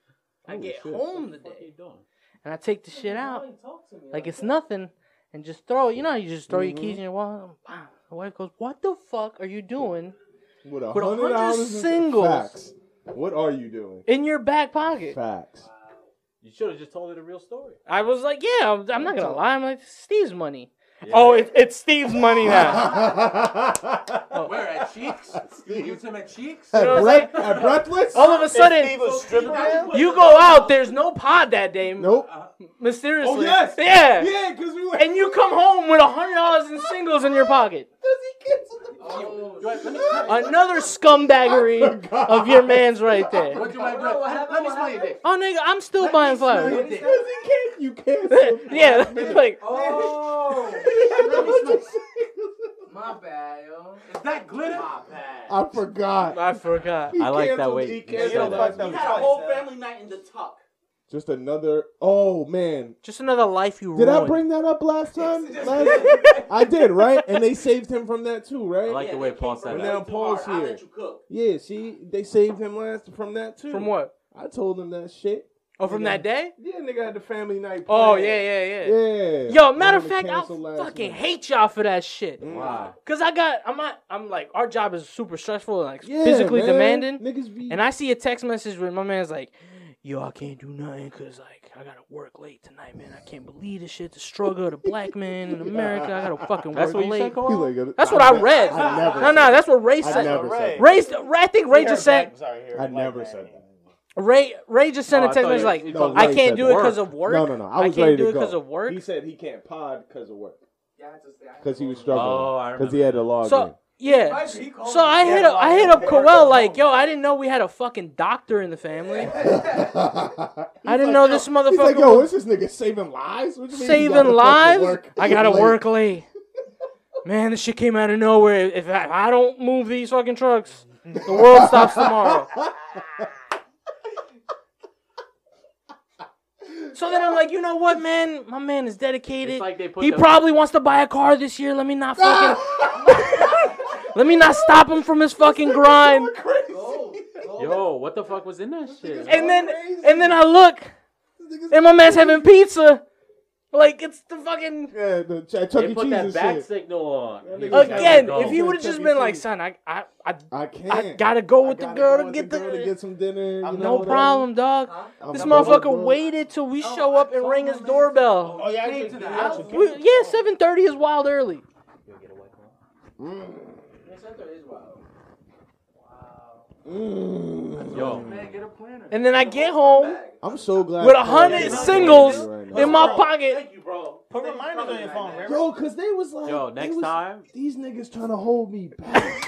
Speaker 3: I get
Speaker 1: shit.
Speaker 3: home the
Speaker 4: What you
Speaker 3: day
Speaker 4: doing?
Speaker 3: and I take the shit out like it's nothing and just throw. it. You know, how you just throw your
Speaker 4: Mm-hmm.
Speaker 3: keys in your wallet. Wow. My wife goes, "What the fuck are you doing
Speaker 1: With a
Speaker 3: With a
Speaker 1: hundred
Speaker 3: hundred
Speaker 1: dollars in
Speaker 3: singles.
Speaker 1: Facts. What are you doing?
Speaker 3: in your back pocket?"
Speaker 1: Facts.
Speaker 4: You should have just told her the real story.
Speaker 3: I was like, yeah, I'm, I'm not gonna lie. I'm like, Steve's money. Oh, it, it's Steve's money now.
Speaker 5: Where at Cheeks? You give it to him at Cheeks?
Speaker 1: At,
Speaker 3: know what I'm
Speaker 1: breath, at breathless?
Speaker 3: All of a
Speaker 7: Steve
Speaker 3: sudden,
Speaker 7: was stripping him?
Speaker 3: you go out. There's no pod that day.
Speaker 1: Nope.
Speaker 3: Mysteriously.
Speaker 1: Oh, yes.
Speaker 3: Yeah.
Speaker 1: Yeah, because we went.
Speaker 3: And you come home with a hundred dollars in singles in your pocket.
Speaker 5: Oh, you want- let me,
Speaker 3: Another scumbaggery
Speaker 1: Oh
Speaker 3: of your man's right there.
Speaker 5: what do I do? Let let me smell your dick.
Speaker 3: Oh nigga, I'm still buying flowers.
Speaker 5: Let me smell your dick.
Speaker 1: Because he can't. You can't. sell
Speaker 3: yeah, like
Speaker 5: Oh.
Speaker 1: it.
Speaker 5: My bad, yo. Is that glitter? My bad.
Speaker 1: I forgot.
Speaker 3: I forgot.
Speaker 1: He
Speaker 4: I like that
Speaker 1: canceled-
Speaker 4: way
Speaker 1: he
Speaker 4: you
Speaker 1: canceled
Speaker 4: said
Speaker 1: us.
Speaker 4: that.
Speaker 5: We had a whole family night in the tuck.
Speaker 1: Just another. Oh man,
Speaker 3: Just another life you
Speaker 1: did I
Speaker 3: ruined.
Speaker 1: bring that up last time? Last- I did, right? And they saved him from that too,
Speaker 4: I
Speaker 1: right?
Speaker 4: like the way Paul said
Speaker 1: And
Speaker 4: that.
Speaker 1: now Paul's
Speaker 5: I'll
Speaker 1: here.
Speaker 5: let you cook.
Speaker 1: Yeah, see, they saved him last from that too.
Speaker 3: from what?
Speaker 1: I told him that shit.
Speaker 3: Oh, from that day?
Speaker 1: Yeah, nigga had the family night.
Speaker 3: Oh
Speaker 1: planned.
Speaker 3: yeah, yeah, yeah.
Speaker 1: Yeah.
Speaker 3: Yo, matter of
Speaker 1: Wanted to
Speaker 3: fact, I
Speaker 1: cancel last Mm.
Speaker 3: fucking
Speaker 1: minute.
Speaker 3: hate y'all for that shit.
Speaker 4: Why?
Speaker 3: Cause I got, I'm not, I'm like, our job is super stressful, like
Speaker 1: Yeah,
Speaker 3: physically
Speaker 1: man.
Speaker 3: demanding.
Speaker 1: Niggas be.
Speaker 3: And I see a text message where my man's like, "Yo, I can't do nothing because like I gotta work late tonight, man. I can't believe this shit. The struggle of the black man in America. I gotta fucking
Speaker 4: That's
Speaker 3: work
Speaker 4: what you
Speaker 3: late."
Speaker 4: said,
Speaker 1: He
Speaker 4: Cole?
Speaker 1: like,
Speaker 3: that's what I read.
Speaker 1: I never.
Speaker 3: no,
Speaker 1: said
Speaker 3: no,
Speaker 1: that.
Speaker 3: that's what Ray
Speaker 1: I
Speaker 3: said.
Speaker 1: never said. that.
Speaker 3: Ray, I think Ray just said
Speaker 1: I never said that.
Speaker 3: Ray. Ray just sent
Speaker 4: Oh,
Speaker 3: a
Speaker 4: I
Speaker 3: text
Speaker 4: thought
Speaker 3: message
Speaker 4: you-
Speaker 3: like,
Speaker 4: you
Speaker 1: No,
Speaker 4: thought
Speaker 3: "I
Speaker 1: Ray
Speaker 3: can't
Speaker 1: said
Speaker 3: do it
Speaker 1: work.
Speaker 3: because of work.
Speaker 1: No, no, no. I was
Speaker 3: can't
Speaker 1: ready
Speaker 3: do
Speaker 1: to
Speaker 3: it because
Speaker 1: go.
Speaker 3: of work."
Speaker 1: He said he can't pod because of work.
Speaker 5: Yeah, I had to say- I had to
Speaker 1: Because he
Speaker 5: go.
Speaker 1: was
Speaker 4: Oh, I
Speaker 1: struggling. Because
Speaker 4: remember
Speaker 1: he had to log
Speaker 3: So yeah.
Speaker 5: He called
Speaker 3: So
Speaker 5: me.
Speaker 3: I hit up, I hit up Coel like, yo, I didn't know we had a fucking doctor in the family.
Speaker 1: in.
Speaker 3: I didn't know this motherfucker
Speaker 1: He's like, yo, is this nigga saving lives? What you mean he gotta
Speaker 3: saving
Speaker 1: fucking
Speaker 3: lives.
Speaker 1: work
Speaker 3: I gotta
Speaker 1: late?
Speaker 3: work late. Man, this shit came out of nowhere. If I, if I don't move these fucking trucks, the world stops tomorrow. So then I'm like, you know what, man? My man is dedicated.
Speaker 4: It's like they put
Speaker 3: he
Speaker 4: the-
Speaker 3: probably wants to buy a car this year. Let me not
Speaker 1: Ah!
Speaker 3: fucking. Let me not stop him from his fucking grind.
Speaker 4: Yo, what the fuck was in that shit?
Speaker 3: And then, and then I look, and my man's having pizza. Like it's the fucking.
Speaker 1: Yeah, the Ch- Chuck
Speaker 4: They
Speaker 1: E.
Speaker 4: put that
Speaker 1: Cheese
Speaker 4: back
Speaker 1: and shit.
Speaker 4: signal on.
Speaker 1: That nigga was
Speaker 3: Again,
Speaker 1: Gotta
Speaker 3: if you
Speaker 1: go.
Speaker 3: would have just
Speaker 1: Chuck E.
Speaker 3: been like,
Speaker 1: Cheese.
Speaker 3: son, I, I, I,
Speaker 1: I can't.
Speaker 3: I gotta go with
Speaker 1: I
Speaker 3: the
Speaker 1: gotta go
Speaker 3: girl to
Speaker 1: with
Speaker 3: get the.
Speaker 1: girl to get some dinner. you know
Speaker 3: no
Speaker 1: what I
Speaker 3: problem,
Speaker 1: mean?
Speaker 3: dog.
Speaker 1: I'm
Speaker 3: This
Speaker 1: not
Speaker 3: motherfucker
Speaker 1: going.
Speaker 3: waited till we
Speaker 5: Oh,
Speaker 3: show
Speaker 5: I
Speaker 3: up and
Speaker 5: told
Speaker 3: ring
Speaker 5: my
Speaker 3: his
Speaker 5: man-
Speaker 3: doorbell.
Speaker 5: Oh, yeah, came to the house.
Speaker 3: We- yeah, seven thirty is wild early.
Speaker 1: Mm.
Speaker 4: Yo,
Speaker 5: Man, get a planner.
Speaker 3: And then I get home
Speaker 1: I'm so glad.
Speaker 3: with a
Speaker 1: Paul
Speaker 3: hundred
Speaker 1: didn't know
Speaker 3: singles
Speaker 1: what to do right now.
Speaker 3: in my pocket.
Speaker 5: Thank you, bro.
Speaker 2: Put
Speaker 5: Thank you for
Speaker 2: reminders on
Speaker 5: coming
Speaker 2: your
Speaker 5: tonight,
Speaker 2: phone,
Speaker 5: man.
Speaker 2: remember?
Speaker 1: Yo, cause they was like,
Speaker 4: yo,
Speaker 1: they
Speaker 4: next
Speaker 1: was-
Speaker 4: time.
Speaker 1: these niggas trying to hold me back.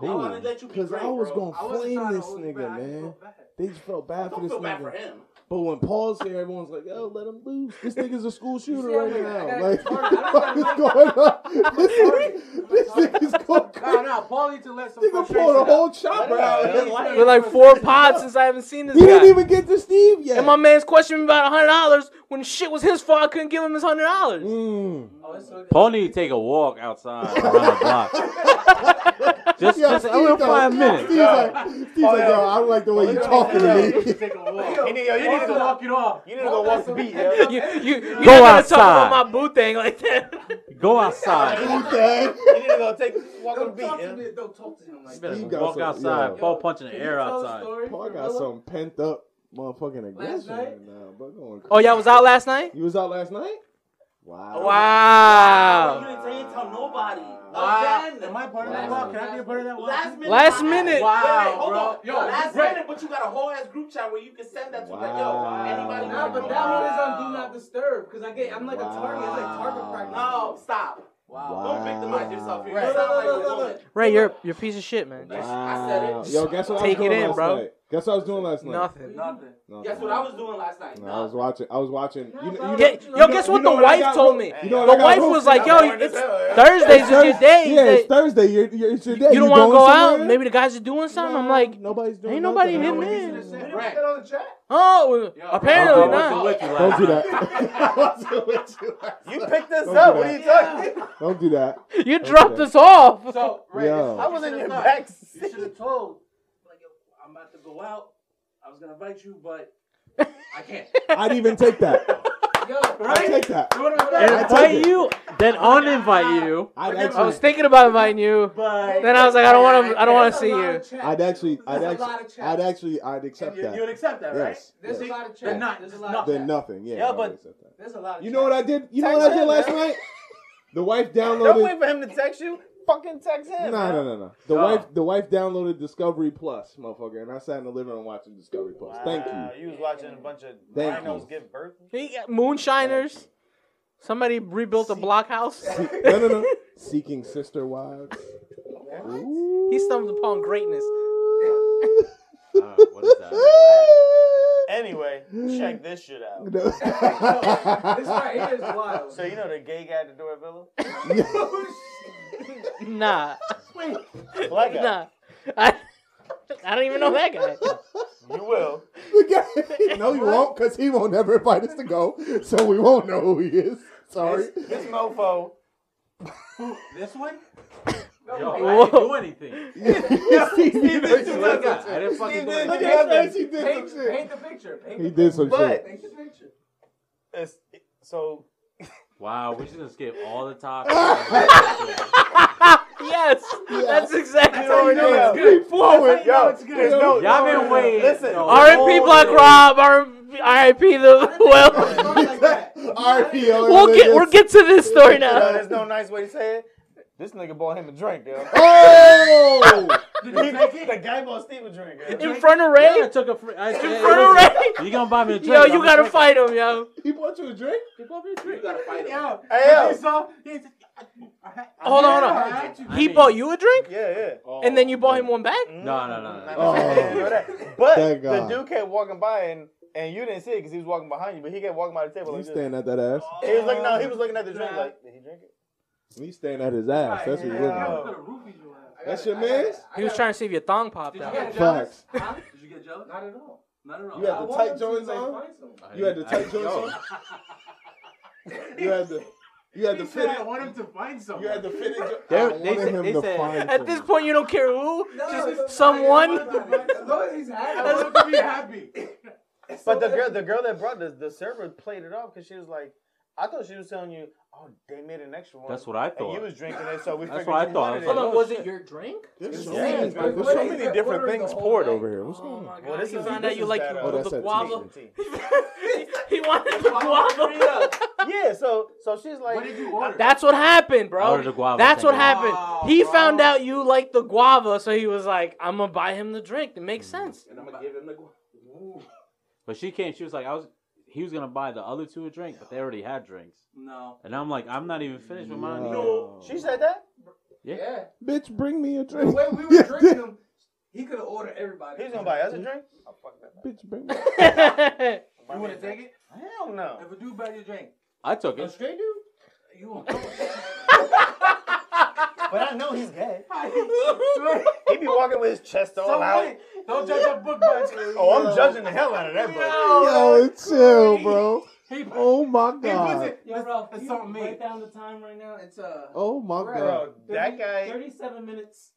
Speaker 5: I wanted to let you be
Speaker 1: Cause
Speaker 5: great,
Speaker 1: I was
Speaker 5: bro.
Speaker 1: gonna
Speaker 5: I wasn't
Speaker 1: flame
Speaker 5: trying to
Speaker 1: this
Speaker 5: hold you
Speaker 1: nigga,
Speaker 5: back. I
Speaker 1: man.
Speaker 5: just felt bad.
Speaker 1: They just felt bad for
Speaker 5: Don't
Speaker 1: this
Speaker 5: feel bad for
Speaker 1: nigga.
Speaker 5: him.
Speaker 1: But when Paul's here, everyone's like, "Yo, let him loose. This nigga's a school shooter
Speaker 5: see how
Speaker 1: right
Speaker 5: we- I
Speaker 1: now.
Speaker 5: gotta
Speaker 1: Like,
Speaker 5: get started. I
Speaker 1: what is going on? This, nigga, this nigga's going
Speaker 5: No,
Speaker 1: crazy.
Speaker 5: no, Paul needs to let some
Speaker 1: Nigga
Speaker 5: frustration
Speaker 1: pulled a
Speaker 5: out.
Speaker 1: whole chopper out.
Speaker 3: We're like four pods since I haven't seen this
Speaker 1: He didn't
Speaker 3: guy.
Speaker 1: even get to Steve yet.
Speaker 3: And my man's questioning about a hundred dollars when shit was his fault. I couldn't give him his hundred dollars.
Speaker 1: Mm.
Speaker 5: Oh, it's so good.
Speaker 4: Paul need to take a walk outside around the block. just,
Speaker 1: Yo,
Speaker 4: just a
Speaker 1: Steve,
Speaker 4: little
Speaker 1: though,
Speaker 4: five minutes.
Speaker 1: Steve's
Speaker 5: Oh,
Speaker 1: like, Steve's like, yo, I don't like the way you're talking to me.
Speaker 5: Take a walk.
Speaker 7: You need, yo, you need to
Speaker 5: Paul,
Speaker 7: go.
Speaker 5: walk it off.
Speaker 7: You need to go walk the beat. Yo.
Speaker 3: You, you, you
Speaker 4: Go
Speaker 3: not gonna talk
Speaker 4: outside.
Speaker 3: about my boo thing like that.
Speaker 4: Go outside.
Speaker 1: Okay.
Speaker 7: You need to go take walk the
Speaker 5: Don't talk
Speaker 7: beat.
Speaker 5: to
Speaker 7: Yo.
Speaker 5: me. Don't talk to him like
Speaker 4: You
Speaker 5: that.
Speaker 4: better
Speaker 1: Steve got
Speaker 4: walk
Speaker 1: some-
Speaker 4: outside.
Speaker 1: yeah.
Speaker 4: Paul punching the
Speaker 5: Can
Speaker 4: air
Speaker 5: you tell a
Speaker 4: outside.
Speaker 5: story
Speaker 1: Paul
Speaker 5: from
Speaker 1: got
Speaker 5: Rilla?
Speaker 1: some pent up motherfucking aggression
Speaker 5: night?
Speaker 1: right now. But going
Speaker 3: Oh,
Speaker 1: crazy.
Speaker 3: y'all was out last night?
Speaker 1: You was out last night? Wow.
Speaker 3: Wow.
Speaker 4: Um,
Speaker 5: You didn't say it, tell nobody.
Speaker 2: Wow.
Speaker 5: Again.
Speaker 2: Am I part of
Speaker 1: Wow.
Speaker 2: that walk? Can I be a part of that walk?
Speaker 5: Last minute.
Speaker 3: Last
Speaker 5: podcast.
Speaker 3: minute.
Speaker 5: Wait,
Speaker 2: Wow,
Speaker 5: wait, hold
Speaker 2: bro.
Speaker 5: on. Yo,
Speaker 2: Yo,
Speaker 5: last
Speaker 2: great.
Speaker 5: minute, but you got a whole ass group chat where you can send that to like,
Speaker 1: Wow.
Speaker 5: yo, anybody.
Speaker 1: Nah,
Speaker 5: but
Speaker 1: but
Speaker 5: that one is
Speaker 2: on Do Not Disturb because I get I'm like a target. It's like target practice.
Speaker 5: No, stop. Don't victimize yourself here. You
Speaker 2: Right.
Speaker 5: sound like
Speaker 2: No, no,
Speaker 5: a
Speaker 2: no, no,
Speaker 5: woman.
Speaker 3: Ray, you're you're a piece of shit, man.
Speaker 5: I said it.
Speaker 1: Wow. Yo, guess what I was
Speaker 3: Take it
Speaker 1: doing
Speaker 3: in,
Speaker 1: last
Speaker 3: bro.
Speaker 1: night? Guess what I was doing last night?
Speaker 3: Nothing.
Speaker 2: Nothing.
Speaker 1: Nothing.
Speaker 5: Guess what I was doing last night?
Speaker 1: No, I was watching. I was watching. You, know- you
Speaker 3: Yeah,
Speaker 1: know-
Speaker 3: yo, guess what
Speaker 1: you know
Speaker 3: the
Speaker 1: when I
Speaker 3: wife
Speaker 1: got
Speaker 3: told
Speaker 1: roped-
Speaker 3: me?
Speaker 1: You know when
Speaker 3: The
Speaker 1: I got
Speaker 3: wife
Speaker 1: roped?
Speaker 3: was like, yo,
Speaker 7: I'm bored
Speaker 3: it's
Speaker 7: as hell, yo.
Speaker 3: Thursdays is your
Speaker 1: Thursday-
Speaker 3: day.
Speaker 1: Yeah,
Speaker 3: That-
Speaker 1: it's Thursday. You're, you're, it's your day.
Speaker 3: you don't
Speaker 1: want to
Speaker 3: go out? Maybe the guys are doing something. I'm like,
Speaker 1: nobody's doing.
Speaker 3: ain't nobody
Speaker 1: nothing.
Speaker 3: hitting in.
Speaker 5: Right.
Speaker 3: oh, apparently
Speaker 4: Paul
Speaker 3: not.
Speaker 4: wasn't with you
Speaker 1: Don't
Speaker 4: last
Speaker 1: do
Speaker 4: night.
Speaker 1: that.
Speaker 7: You picked this
Speaker 1: Don't
Speaker 7: up.
Speaker 1: do
Speaker 7: What are
Speaker 1: that.
Speaker 7: you talking?
Speaker 1: don't do that.
Speaker 3: You dropped us off.
Speaker 5: So, right.
Speaker 1: Yo.
Speaker 5: this-
Speaker 7: I was in
Speaker 5: you
Speaker 7: your
Speaker 5: should've not-
Speaker 7: back
Speaker 5: You
Speaker 7: seat.
Speaker 5: should have told. Like, yo, I'm about to go out. I was gonna invite you, but I can't.
Speaker 1: I'd even take that.
Speaker 5: Yo,
Speaker 1: I'd
Speaker 5: right?
Speaker 1: take that.
Speaker 5: You wanna-
Speaker 1: I
Speaker 4: And
Speaker 1: took
Speaker 4: invite
Speaker 1: it.
Speaker 4: you, then uninvite you.
Speaker 1: I'd
Speaker 3: I was
Speaker 1: actually.
Speaker 3: thinking about inviting you.
Speaker 5: But
Speaker 3: Then I was like, I don't want to. I don't want to
Speaker 5: That's
Speaker 3: see
Speaker 5: a lot
Speaker 3: you.
Speaker 5: of chat.
Speaker 1: I'd actually. I'd
Speaker 5: There's a lot of
Speaker 1: actually.
Speaker 5: chat.
Speaker 1: I'd actually. I'd accept
Speaker 5: You, you
Speaker 1: that.
Speaker 5: would accept that, right?
Speaker 1: Yes.
Speaker 5: There's
Speaker 1: yes.
Speaker 5: a lot of
Speaker 1: They're
Speaker 5: chat.
Speaker 1: not-
Speaker 5: There's a lot of
Speaker 1: Then
Speaker 5: chat.
Speaker 1: nothing. Yeah.
Speaker 7: Yeah,
Speaker 1: I would
Speaker 7: but-
Speaker 1: accept that.
Speaker 5: There's a lot of
Speaker 1: You
Speaker 5: chat.
Speaker 1: know what I did? You know what I did last night? The wife
Speaker 2: Don't
Speaker 1: downloaded.
Speaker 2: wait for him to text you. Fucking text
Speaker 1: No,
Speaker 2: him.
Speaker 1: no, no, no. The
Speaker 2: Oh.
Speaker 1: wife, the wife downloaded Discovery Plus, motherfucker, and I sat in the living room watching Discovery Plus. Thank
Speaker 2: Wow,
Speaker 1: you.
Speaker 2: You was watching a bunch of
Speaker 1: Thank
Speaker 2: rhinos
Speaker 1: you.
Speaker 2: give birth.
Speaker 3: He got moonshiners. Somebody rebuilt a blockhouse.
Speaker 1: Se- no, no, no. Seeking sister wives. Ooh.
Speaker 3: He stumbled upon greatness.
Speaker 4: Uh, what is that?
Speaker 2: Anyway, check this shit out.
Speaker 1: No.
Speaker 5: This right here is wild.
Speaker 2: So you know the gay guy at the door at Villa?
Speaker 3: Nah,
Speaker 2: Black guy.
Speaker 3: nah. I, I don't even know that guy.
Speaker 2: You will.
Speaker 1: The guy- no, you won't, because he won't ever invite us to go, so we won't know who he is. Sorry.
Speaker 2: This mofo.
Speaker 5: This one?
Speaker 4: Yo,
Speaker 3: Whoa.
Speaker 4: I didn't do anything. I
Speaker 1: Yes,
Speaker 4: swear to God, I didn't fucking do
Speaker 2: Look
Speaker 4: anything.
Speaker 2: at that
Speaker 1: he did
Speaker 5: Paint,
Speaker 1: some shit.
Speaker 5: paint the picture. Paint
Speaker 1: He
Speaker 5: the
Speaker 1: did some
Speaker 2: But-
Speaker 1: shit.
Speaker 5: Paint the picture.
Speaker 2: It's, so
Speaker 4: Wow, we're just gonna skip all the topics.
Speaker 3: Yes, that's exactly
Speaker 2: how you
Speaker 3: what
Speaker 2: know
Speaker 3: we're
Speaker 2: it's
Speaker 3: doing.
Speaker 2: forward, yo.
Speaker 1: it's good.
Speaker 2: There's no,
Speaker 4: Y'all been waiting.
Speaker 2: Listen,
Speaker 4: No,
Speaker 3: R.I.P.
Speaker 4: all
Speaker 3: Black
Speaker 4: day.
Speaker 3: Rob. R.I.p. the well.
Speaker 1: RPO.
Speaker 3: We'll get we'll get to this story
Speaker 2: no,
Speaker 3: now.
Speaker 2: there's no nice way to say it. This nigga bought him a drink, yo.
Speaker 1: Oh!
Speaker 2: the guy bought Steve a drink. Yo.
Speaker 3: In front of
Speaker 4: Yeah, I
Speaker 3: Ray.
Speaker 4: took a free. I,
Speaker 3: In front of Ray.
Speaker 4: You gonna buy me a drink?
Speaker 3: Yo,
Speaker 4: I'm
Speaker 3: you gotta
Speaker 4: drink.
Speaker 3: fight him, yo.
Speaker 1: he bought you a drink?
Speaker 4: You bought me a drink.
Speaker 8: You gotta fight him.
Speaker 5: Yo,
Speaker 2: Hey, yo.
Speaker 5: so, he's,
Speaker 3: Hold on, hold
Speaker 5: I
Speaker 3: on.
Speaker 5: had you.
Speaker 4: I
Speaker 3: He
Speaker 4: mean-
Speaker 3: bought you a drink,
Speaker 2: Yeah, yeah. Mm,
Speaker 3: and then you bought him one back.
Speaker 4: No, no, no, no.
Speaker 1: Oh.
Speaker 2: But
Speaker 1: Thank
Speaker 2: the
Speaker 1: God.
Speaker 2: dude kept walking by and and you didn't see it because he was walking behind you, but he kept walking by the table.
Speaker 1: He's
Speaker 2: Like this.
Speaker 1: staring at that ass.
Speaker 2: He was looking. No, he was looking at the drink. Like, did he drink it?
Speaker 1: He's staring at his ass. That's what he's looking at.
Speaker 2: Yo.
Speaker 1: That's your man's?
Speaker 3: He was trying to see if your thong popped
Speaker 5: Did you
Speaker 3: out.
Speaker 5: get jealous?
Speaker 1: Facts.
Speaker 5: Huh? Did you get jealous? Not at all. Not at all.
Speaker 1: You had
Speaker 5: I
Speaker 1: the
Speaker 5: wanted
Speaker 1: tight
Speaker 5: to,
Speaker 1: joints
Speaker 5: like,
Speaker 1: on?
Speaker 5: find someone.
Speaker 4: I
Speaker 1: You had the
Speaker 4: I-
Speaker 1: tight joints
Speaker 4: yo,
Speaker 1: on? You had the you had the
Speaker 5: He said,
Speaker 1: fitted
Speaker 5: I want him to find someone.
Speaker 1: you had the fitted jo-
Speaker 4: They-
Speaker 1: I
Speaker 4: they
Speaker 1: wanted
Speaker 4: said-
Speaker 1: him
Speaker 4: they
Speaker 1: to
Speaker 4: said-
Speaker 1: find
Speaker 3: At this
Speaker 1: someone.
Speaker 3: point, you don't care who,
Speaker 5: No, it's not-
Speaker 3: just someone.
Speaker 5: As long as he's happy, I want him to be happy.
Speaker 2: But the girl, the girl that brought this, the server played it off because she was like, I thought she was telling you, oh, they made an extra one.
Speaker 4: That's what I
Speaker 2: And you
Speaker 4: thought.
Speaker 2: was drinking it, so we
Speaker 4: That's
Speaker 2: figured
Speaker 4: what I
Speaker 2: you
Speaker 4: thought.
Speaker 2: wanted
Speaker 4: I was
Speaker 2: it.
Speaker 4: like,
Speaker 3: Hold
Speaker 4: oh,
Speaker 3: on, was
Speaker 4: shit.
Speaker 3: it your drink?
Speaker 1: There's so
Speaker 2: Yeah,
Speaker 1: many,
Speaker 2: it's been-
Speaker 1: there's so
Speaker 5: what is
Speaker 1: many
Speaker 5: it?
Speaker 1: different
Speaker 5: Ordering the
Speaker 1: things
Speaker 5: whole
Speaker 1: poured
Speaker 5: night.
Speaker 1: over here. What's going on?
Speaker 2: Well, this
Speaker 3: he
Speaker 2: is-
Speaker 3: found
Speaker 2: this
Speaker 3: out you
Speaker 2: is
Speaker 3: like
Speaker 2: that,
Speaker 1: Oh,
Speaker 2: uh,
Speaker 1: that's
Speaker 3: the
Speaker 1: that
Speaker 3: guava.
Speaker 2: tea.
Speaker 3: he wanted the guava.
Speaker 2: yeah, so so she's like,
Speaker 5: What did you order?
Speaker 3: That's what happened,
Speaker 4: I ordered a
Speaker 3: bro.
Speaker 4: guava
Speaker 3: That's what
Speaker 4: thing.
Speaker 3: happened.
Speaker 5: Wow,
Speaker 3: he
Speaker 5: bro.
Speaker 3: found out you liked the guava, so he was like, "I'm gonna buy him the drink." It makes sense.
Speaker 8: And I'm gonna give him the. gu-
Speaker 4: But she came. She was like, I was. He was gonna buy the other two a drink, but they already had drinks.
Speaker 5: No.
Speaker 4: And I'm like, I'm not even finished with mine.
Speaker 1: No.
Speaker 2: she said that.
Speaker 5: Yeah.
Speaker 1: Bitch, bring me a
Speaker 5: The
Speaker 1: drink.
Speaker 5: way we were drinking him, he could have ordered everybody.
Speaker 2: He was gonna buy us a drink. Oh, fuck that.
Speaker 1: Bitch, bring me.
Speaker 3: Yo,
Speaker 5: You want to take it?
Speaker 2: Hell no.
Speaker 5: If a dude buys you a drink,
Speaker 4: I took
Speaker 5: a
Speaker 4: it.
Speaker 5: straight dude, you won't know.
Speaker 2: But I know he's gay.
Speaker 5: Right?
Speaker 2: He be walking with his chest all
Speaker 5: So
Speaker 2: out.
Speaker 5: wait, don't judge a book by its cover.
Speaker 2: Oh, I'm judging the hell out of that book.
Speaker 1: Yo, chill, bro.
Speaker 5: He puts
Speaker 1: Oh my god.
Speaker 5: it. Yo, bro, it's on me.
Speaker 4: down the time right now. It's uh
Speaker 1: Oh my god.
Speaker 2: Bro, that guy,
Speaker 4: 37 minutes.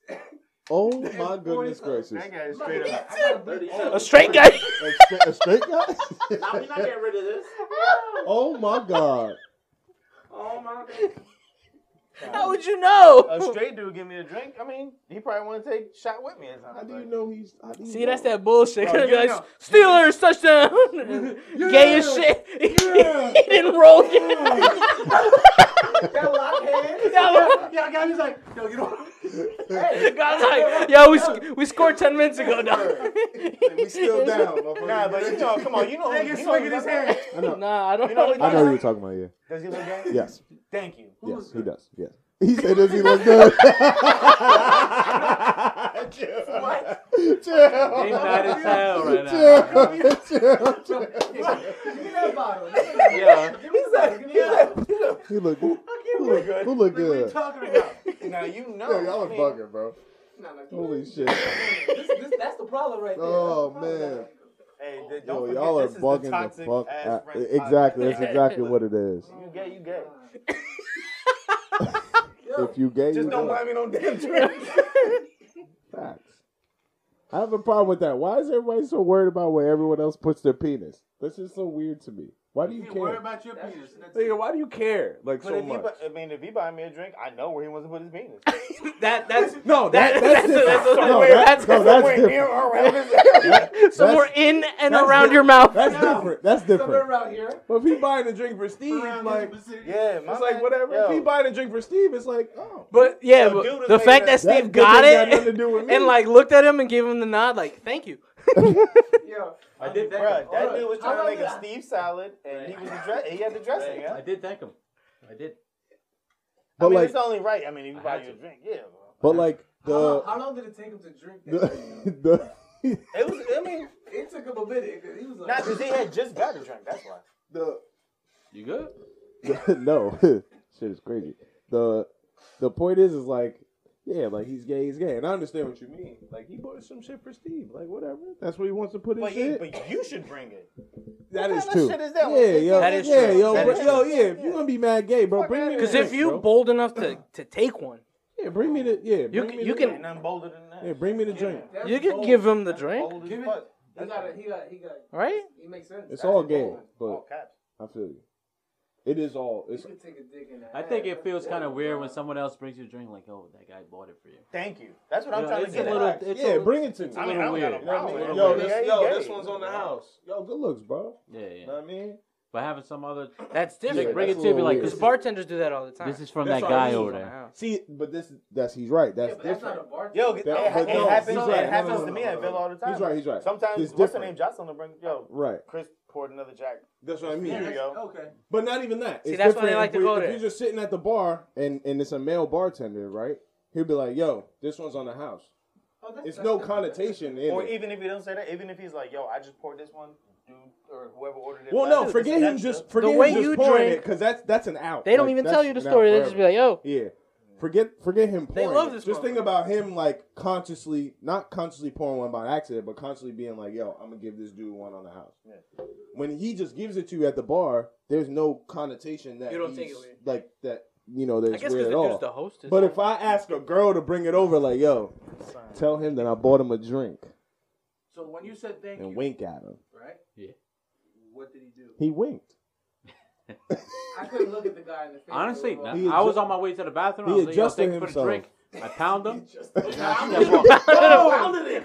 Speaker 1: Oh my goodness gracious.
Speaker 2: that guy is straight up.
Speaker 8: Thirty-seven.
Speaker 3: a straight guy.
Speaker 1: A, stra- a straight guy?
Speaker 8: Nah, we not getting rid of this.
Speaker 1: oh my god.
Speaker 8: Oh my god.
Speaker 3: How would you know?
Speaker 2: A straight dude give me a drink. I mean, he probably want to take a shot with me. Or
Speaker 1: How
Speaker 2: something.
Speaker 1: do you know he's? How do you
Speaker 3: See,
Speaker 1: know?
Speaker 3: that's that bullshit.
Speaker 2: Bro, you
Speaker 3: Like,
Speaker 2: know.
Speaker 3: Steelers touchdown. Gay as shit.
Speaker 1: Yeah.
Speaker 3: he didn't roll it.
Speaker 5: Y'all lock hands.
Speaker 3: Y'all-
Speaker 5: Y'all got me like, yo, you know.
Speaker 3: God's like, yo, we, sc- we scored 10 minutes ago, dog.
Speaker 1: We still down. motherfucker.
Speaker 2: Nah, but you know, come on, you know, who-
Speaker 5: Nigga
Speaker 2: you know, who
Speaker 5: swinging his
Speaker 2: does
Speaker 5: hand.
Speaker 2: that?
Speaker 1: I know.
Speaker 3: Nah, I don't
Speaker 2: You know who
Speaker 3: know.
Speaker 1: I
Speaker 2: does
Speaker 1: know who
Speaker 2: that?
Speaker 1: you're talking about. Yeah.
Speaker 2: Does he look gay?
Speaker 1: Yes.
Speaker 2: Thank you.
Speaker 1: Yes. He does. Yes. He said, "Does he look good?"
Speaker 2: What?
Speaker 1: Chill.
Speaker 4: They mad as hell right now.
Speaker 1: Chill. Chill. Chill.
Speaker 5: Give me that bottle.
Speaker 4: Yeah.
Speaker 5: Give me the bottle. Give me that bottle.
Speaker 1: He look good. Who
Speaker 2: look
Speaker 1: look
Speaker 2: good.
Speaker 1: good? Who look
Speaker 5: Like, what are you
Speaker 1: good?
Speaker 5: talking about?
Speaker 2: Now you know.
Speaker 1: Yo, y'all
Speaker 2: I
Speaker 1: are
Speaker 2: mean,
Speaker 1: bugging, bro.
Speaker 5: Nah, nah,
Speaker 1: Holy shit.
Speaker 5: this, this, that's the problem right there.
Speaker 1: Oh
Speaker 5: That's the problem.
Speaker 1: man.
Speaker 2: Hey, dude, don't
Speaker 1: Yo,
Speaker 2: forget,
Speaker 1: Oh, y'all are
Speaker 2: this is the
Speaker 1: bugging the
Speaker 2: toxic
Speaker 1: fuck.
Speaker 2: ass
Speaker 1: out.
Speaker 2: friends
Speaker 1: Exactly.
Speaker 2: podcast.
Speaker 1: That's exactly what it is.
Speaker 2: You gay, you gay.
Speaker 1: If you gay,
Speaker 2: Just
Speaker 1: you
Speaker 2: don't
Speaker 1: gay.
Speaker 2: buy me no damn drink.
Speaker 1: Facts. I have a problem with that. Why is everybody so worried about where everyone else puts their penis? That's just so weird to me. Why do you
Speaker 6: can't worry
Speaker 1: care?
Speaker 6: about your penis. That's
Speaker 1: Nigga, why do you care like
Speaker 2: But
Speaker 1: so
Speaker 2: if he,
Speaker 1: much?
Speaker 2: bu- I mean, if he buy me a drink, I know where he wants to put his penis.
Speaker 3: That that's
Speaker 1: No, that,
Speaker 3: That-
Speaker 1: that's,
Speaker 3: that's a- that's a-
Speaker 1: different. no,
Speaker 3: where-
Speaker 1: that's, no,
Speaker 3: that's-
Speaker 1: that's
Speaker 2: Somewhere
Speaker 1: different.
Speaker 2: here or around his area.
Speaker 3: somewhere in and around your mouth.
Speaker 1: That's different. That's
Speaker 5: Somewhere
Speaker 1: different.
Speaker 5: around here.
Speaker 1: But if he buying a drink for Steve,
Speaker 6: around
Speaker 1: like
Speaker 6: the vicinity.
Speaker 2: Yeah, my
Speaker 1: it's like
Speaker 2: man-
Speaker 1: whatever.
Speaker 2: Yo,
Speaker 1: If he buying a drink for Steve, it's like oh.
Speaker 3: But yeah,
Speaker 2: So
Speaker 3: but
Speaker 2: dude is
Speaker 3: the
Speaker 2: making
Speaker 3: fact
Speaker 2: that-
Speaker 3: that Steve
Speaker 1: that
Speaker 3: got
Speaker 1: dick ain't got nothing
Speaker 3: it
Speaker 1: to do with me.
Speaker 3: and like looked at him and gave him the nod, like thank you.
Speaker 5: Yeah.
Speaker 4: I did thank him.
Speaker 2: bruh, that
Speaker 5: Hold
Speaker 2: dude
Speaker 5: on.
Speaker 2: was trying
Speaker 5: How
Speaker 2: to make
Speaker 5: long
Speaker 2: a
Speaker 5: did
Speaker 2: Steve salad, and he was the dre- he had the dressing. Yeah,
Speaker 4: I did thank him. I did.
Speaker 2: I
Speaker 1: But
Speaker 2: mean,
Speaker 1: like,
Speaker 2: it's only right. I mean, if you
Speaker 4: I
Speaker 2: buy
Speaker 4: had
Speaker 2: you a
Speaker 4: to.
Speaker 2: drink, yeah. Bro.
Speaker 1: but like
Speaker 5: How long,
Speaker 1: the
Speaker 5: how long did it take him to drink
Speaker 1: the,
Speaker 5: that?
Speaker 1: the,
Speaker 2: It was. I mean,
Speaker 5: it took him a minute. 'cause He was like,
Speaker 2: not because he had just got a drink. That's why.
Speaker 1: the,
Speaker 4: You good?
Speaker 1: the no shit is crazy. The the point is is like yeah, like he's gay, he's gay, and I understand what you mean. Like he bought some shit for Steve, like whatever. That's what he wants to put in
Speaker 2: But, he,
Speaker 1: shit.
Speaker 2: but you should bring it.
Speaker 1: that
Speaker 2: What
Speaker 1: is
Speaker 2: kind of
Speaker 1: true.
Speaker 2: shit is that?
Speaker 1: Yeah, yo,
Speaker 2: That
Speaker 3: is
Speaker 1: yeah,
Speaker 3: true.
Speaker 1: yo,
Speaker 3: That
Speaker 1: bro,
Speaker 3: is true.
Speaker 1: yo, yeah. If you're gonna be mad gay, bro, bring me. the
Speaker 3: Because
Speaker 1: drink,
Speaker 3: if you
Speaker 1: bro.
Speaker 3: bold enough to, to take one,
Speaker 1: yeah, bring me the yeah, bring
Speaker 3: can-
Speaker 1: me
Speaker 3: you
Speaker 1: the
Speaker 3: can-
Speaker 1: drink.
Speaker 2: Ain't nothing bolder than that.
Speaker 1: yeah, bring me the drink.
Speaker 5: that's
Speaker 3: you can
Speaker 5: bold.
Speaker 3: give him the drink,
Speaker 2: Bold as
Speaker 5: Give it-
Speaker 2: fuck.
Speaker 5: He got it. He got. He got.
Speaker 3: right?
Speaker 5: He makes sense.
Speaker 1: It's
Speaker 5: That's
Speaker 1: all
Speaker 5: bold.
Speaker 1: gay, but
Speaker 2: All caps.
Speaker 1: I feel you. It is all.
Speaker 5: You
Speaker 1: It's
Speaker 5: could take a dick in that.
Speaker 4: I think
Speaker 5: ass.
Speaker 4: it feels
Speaker 5: That's
Speaker 4: kind of
Speaker 5: bold,
Speaker 4: weird
Speaker 5: bro.
Speaker 4: when someone else brings you a drink, like, oh, that guy bought it for you.
Speaker 2: Thank you. That's what I'm
Speaker 4: Yeah,
Speaker 2: trying to
Speaker 4: it's
Speaker 2: get
Speaker 4: a
Speaker 2: at.
Speaker 4: little-
Speaker 2: Like,
Speaker 4: it's
Speaker 1: yeah, bring it to me.
Speaker 2: I mean, I
Speaker 4: little
Speaker 2: don't got
Speaker 4: weird.
Speaker 2: a problem with it.
Speaker 1: Yo,
Speaker 2: Yeah,
Speaker 1: this-
Speaker 2: he gay.
Speaker 6: on the house.
Speaker 1: Yo, good looks, bro.
Speaker 4: Yeah, yeah.
Speaker 1: Know what I mean?
Speaker 4: But having some other,
Speaker 3: That's different.
Speaker 4: like, bring
Speaker 1: that's
Speaker 4: it
Speaker 1: a
Speaker 4: to me,
Speaker 1: little
Speaker 4: like,
Speaker 1: weird.
Speaker 4: this,
Speaker 3: Because bartenders do that all the time.
Speaker 4: this is from
Speaker 1: That's
Speaker 4: that
Speaker 1: what I
Speaker 4: guy
Speaker 1: mean.
Speaker 4: over there.
Speaker 1: See, but this that's he's right. That's
Speaker 5: Yeah, but that's
Speaker 1: different.
Speaker 5: not a bartender.
Speaker 2: Yo,
Speaker 1: That-
Speaker 2: it,
Speaker 1: but
Speaker 2: it
Speaker 1: no,
Speaker 2: happens.
Speaker 1: he's
Speaker 2: it
Speaker 1: right. No,
Speaker 2: happens
Speaker 1: no, no,
Speaker 2: to me
Speaker 1: no,
Speaker 2: at
Speaker 1: no.
Speaker 2: Ville all the time.
Speaker 1: He's right, he's right.
Speaker 2: Sometimes
Speaker 1: It's
Speaker 2: what's the
Speaker 1: different.
Speaker 2: name? Jocelyn will bring. Yo,
Speaker 1: right.
Speaker 2: Chris poured another Jack.
Speaker 1: That's what I
Speaker 2: Here
Speaker 1: mean.
Speaker 2: we go.
Speaker 6: Okay.
Speaker 1: But not even that.
Speaker 3: See,
Speaker 1: It's
Speaker 3: that's why they
Speaker 1: different
Speaker 3: like
Speaker 1: if
Speaker 3: to
Speaker 1: we-
Speaker 3: go
Speaker 1: if
Speaker 3: there.
Speaker 1: you're just sitting at the bar and and it's a male bartender, right? He'll be like, "Yo, this one's on the house."
Speaker 5: Oh, that's-
Speaker 1: It's
Speaker 5: that's
Speaker 1: no
Speaker 5: different.
Speaker 1: connotation in
Speaker 2: Or
Speaker 1: it.
Speaker 2: even if he don't say that, even if he's like, "Yo, I just poured this one, dude, or whoever ordered it."
Speaker 1: Well,
Speaker 2: last,
Speaker 1: no,
Speaker 2: this
Speaker 1: forget
Speaker 2: is
Speaker 1: him.
Speaker 2: extra."
Speaker 1: Just forget
Speaker 3: way
Speaker 1: him just
Speaker 3: you
Speaker 1: pouring
Speaker 3: drink-
Speaker 1: it because that's that's an out.
Speaker 3: they don't
Speaker 1: Like,
Speaker 3: even
Speaker 1: that's
Speaker 3: tell you the
Speaker 1: an out
Speaker 3: story. They just
Speaker 1: forever.
Speaker 3: be like, "Yo,
Speaker 1: Yeah. Forget forget him pouring.
Speaker 3: love
Speaker 1: it.
Speaker 3: this
Speaker 1: Just
Speaker 3: motherfucker.
Speaker 1: think about him like consciously, not consciously pouring one by accident, but consciously being like, "Yo, I'm gonna give this dude one on the house." When he just gives it to you at the bar, there's no connotation that
Speaker 3: You don't
Speaker 1: he's-
Speaker 3: think it weird.
Speaker 1: like that. You know,
Speaker 3: I
Speaker 1: that's
Speaker 3: guess
Speaker 1: weird
Speaker 3: because
Speaker 1: at
Speaker 3: the dude's
Speaker 1: all.
Speaker 3: the hostess."
Speaker 1: But if I ask a girl to bring it over, like, "Yo, tell him that I bought him a drink
Speaker 6: So when you said thank
Speaker 1: and
Speaker 6: you,
Speaker 1: wink at him,"
Speaker 6: right?
Speaker 4: Yeah.
Speaker 6: What did he do?
Speaker 1: he winked.
Speaker 5: I couldn't look at the guy in the face.
Speaker 4: Honestly,
Speaker 5: bro.
Speaker 4: no,
Speaker 1: He
Speaker 4: I was
Speaker 1: adju-
Speaker 4: on my way to the bathroom.
Speaker 1: he
Speaker 4: I was like, yo,
Speaker 1: adjusted
Speaker 4: thank you for the
Speaker 1: himself.
Speaker 4: drink. I pound him.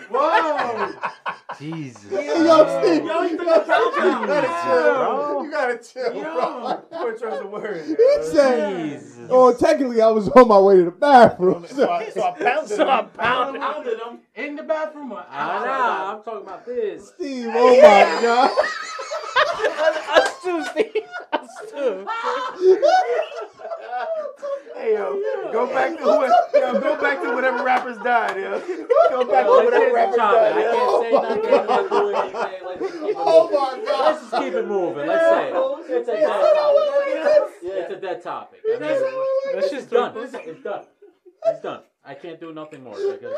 Speaker 6: Whoa!
Speaker 4: Jesus.
Speaker 1: Yo, Steve,
Speaker 6: Yo, you took a countdown.
Speaker 1: you gotta chill,
Speaker 6: Yo,
Speaker 2: Poor choice of words.
Speaker 1: He said, "Oh, technically, I was on my way to the bathroom."
Speaker 2: So I, so I pounded him.
Speaker 6: pounded him in the bathroom. or
Speaker 4: I
Speaker 6: outside?
Speaker 4: know. I'm talking about this.
Speaker 1: Steve, oh my god!
Speaker 3: us too, Steve. Us too.
Speaker 2: Hey, yo, go back to what, yo, go back to whatever rappers died, yo. Go back to whatever rappers died.
Speaker 4: I
Speaker 2: Yo.
Speaker 4: can't say nothing. I can't do anything. Let's just keep it
Speaker 1: Oh
Speaker 4: moving.
Speaker 1: my god!
Speaker 4: Let's just keep it moving. Let's say it. It's a dead topic. Yeah, It's a dead topic. I mean,
Speaker 3: That's
Speaker 4: it's done. It's done. It's done. I can't do nothing more because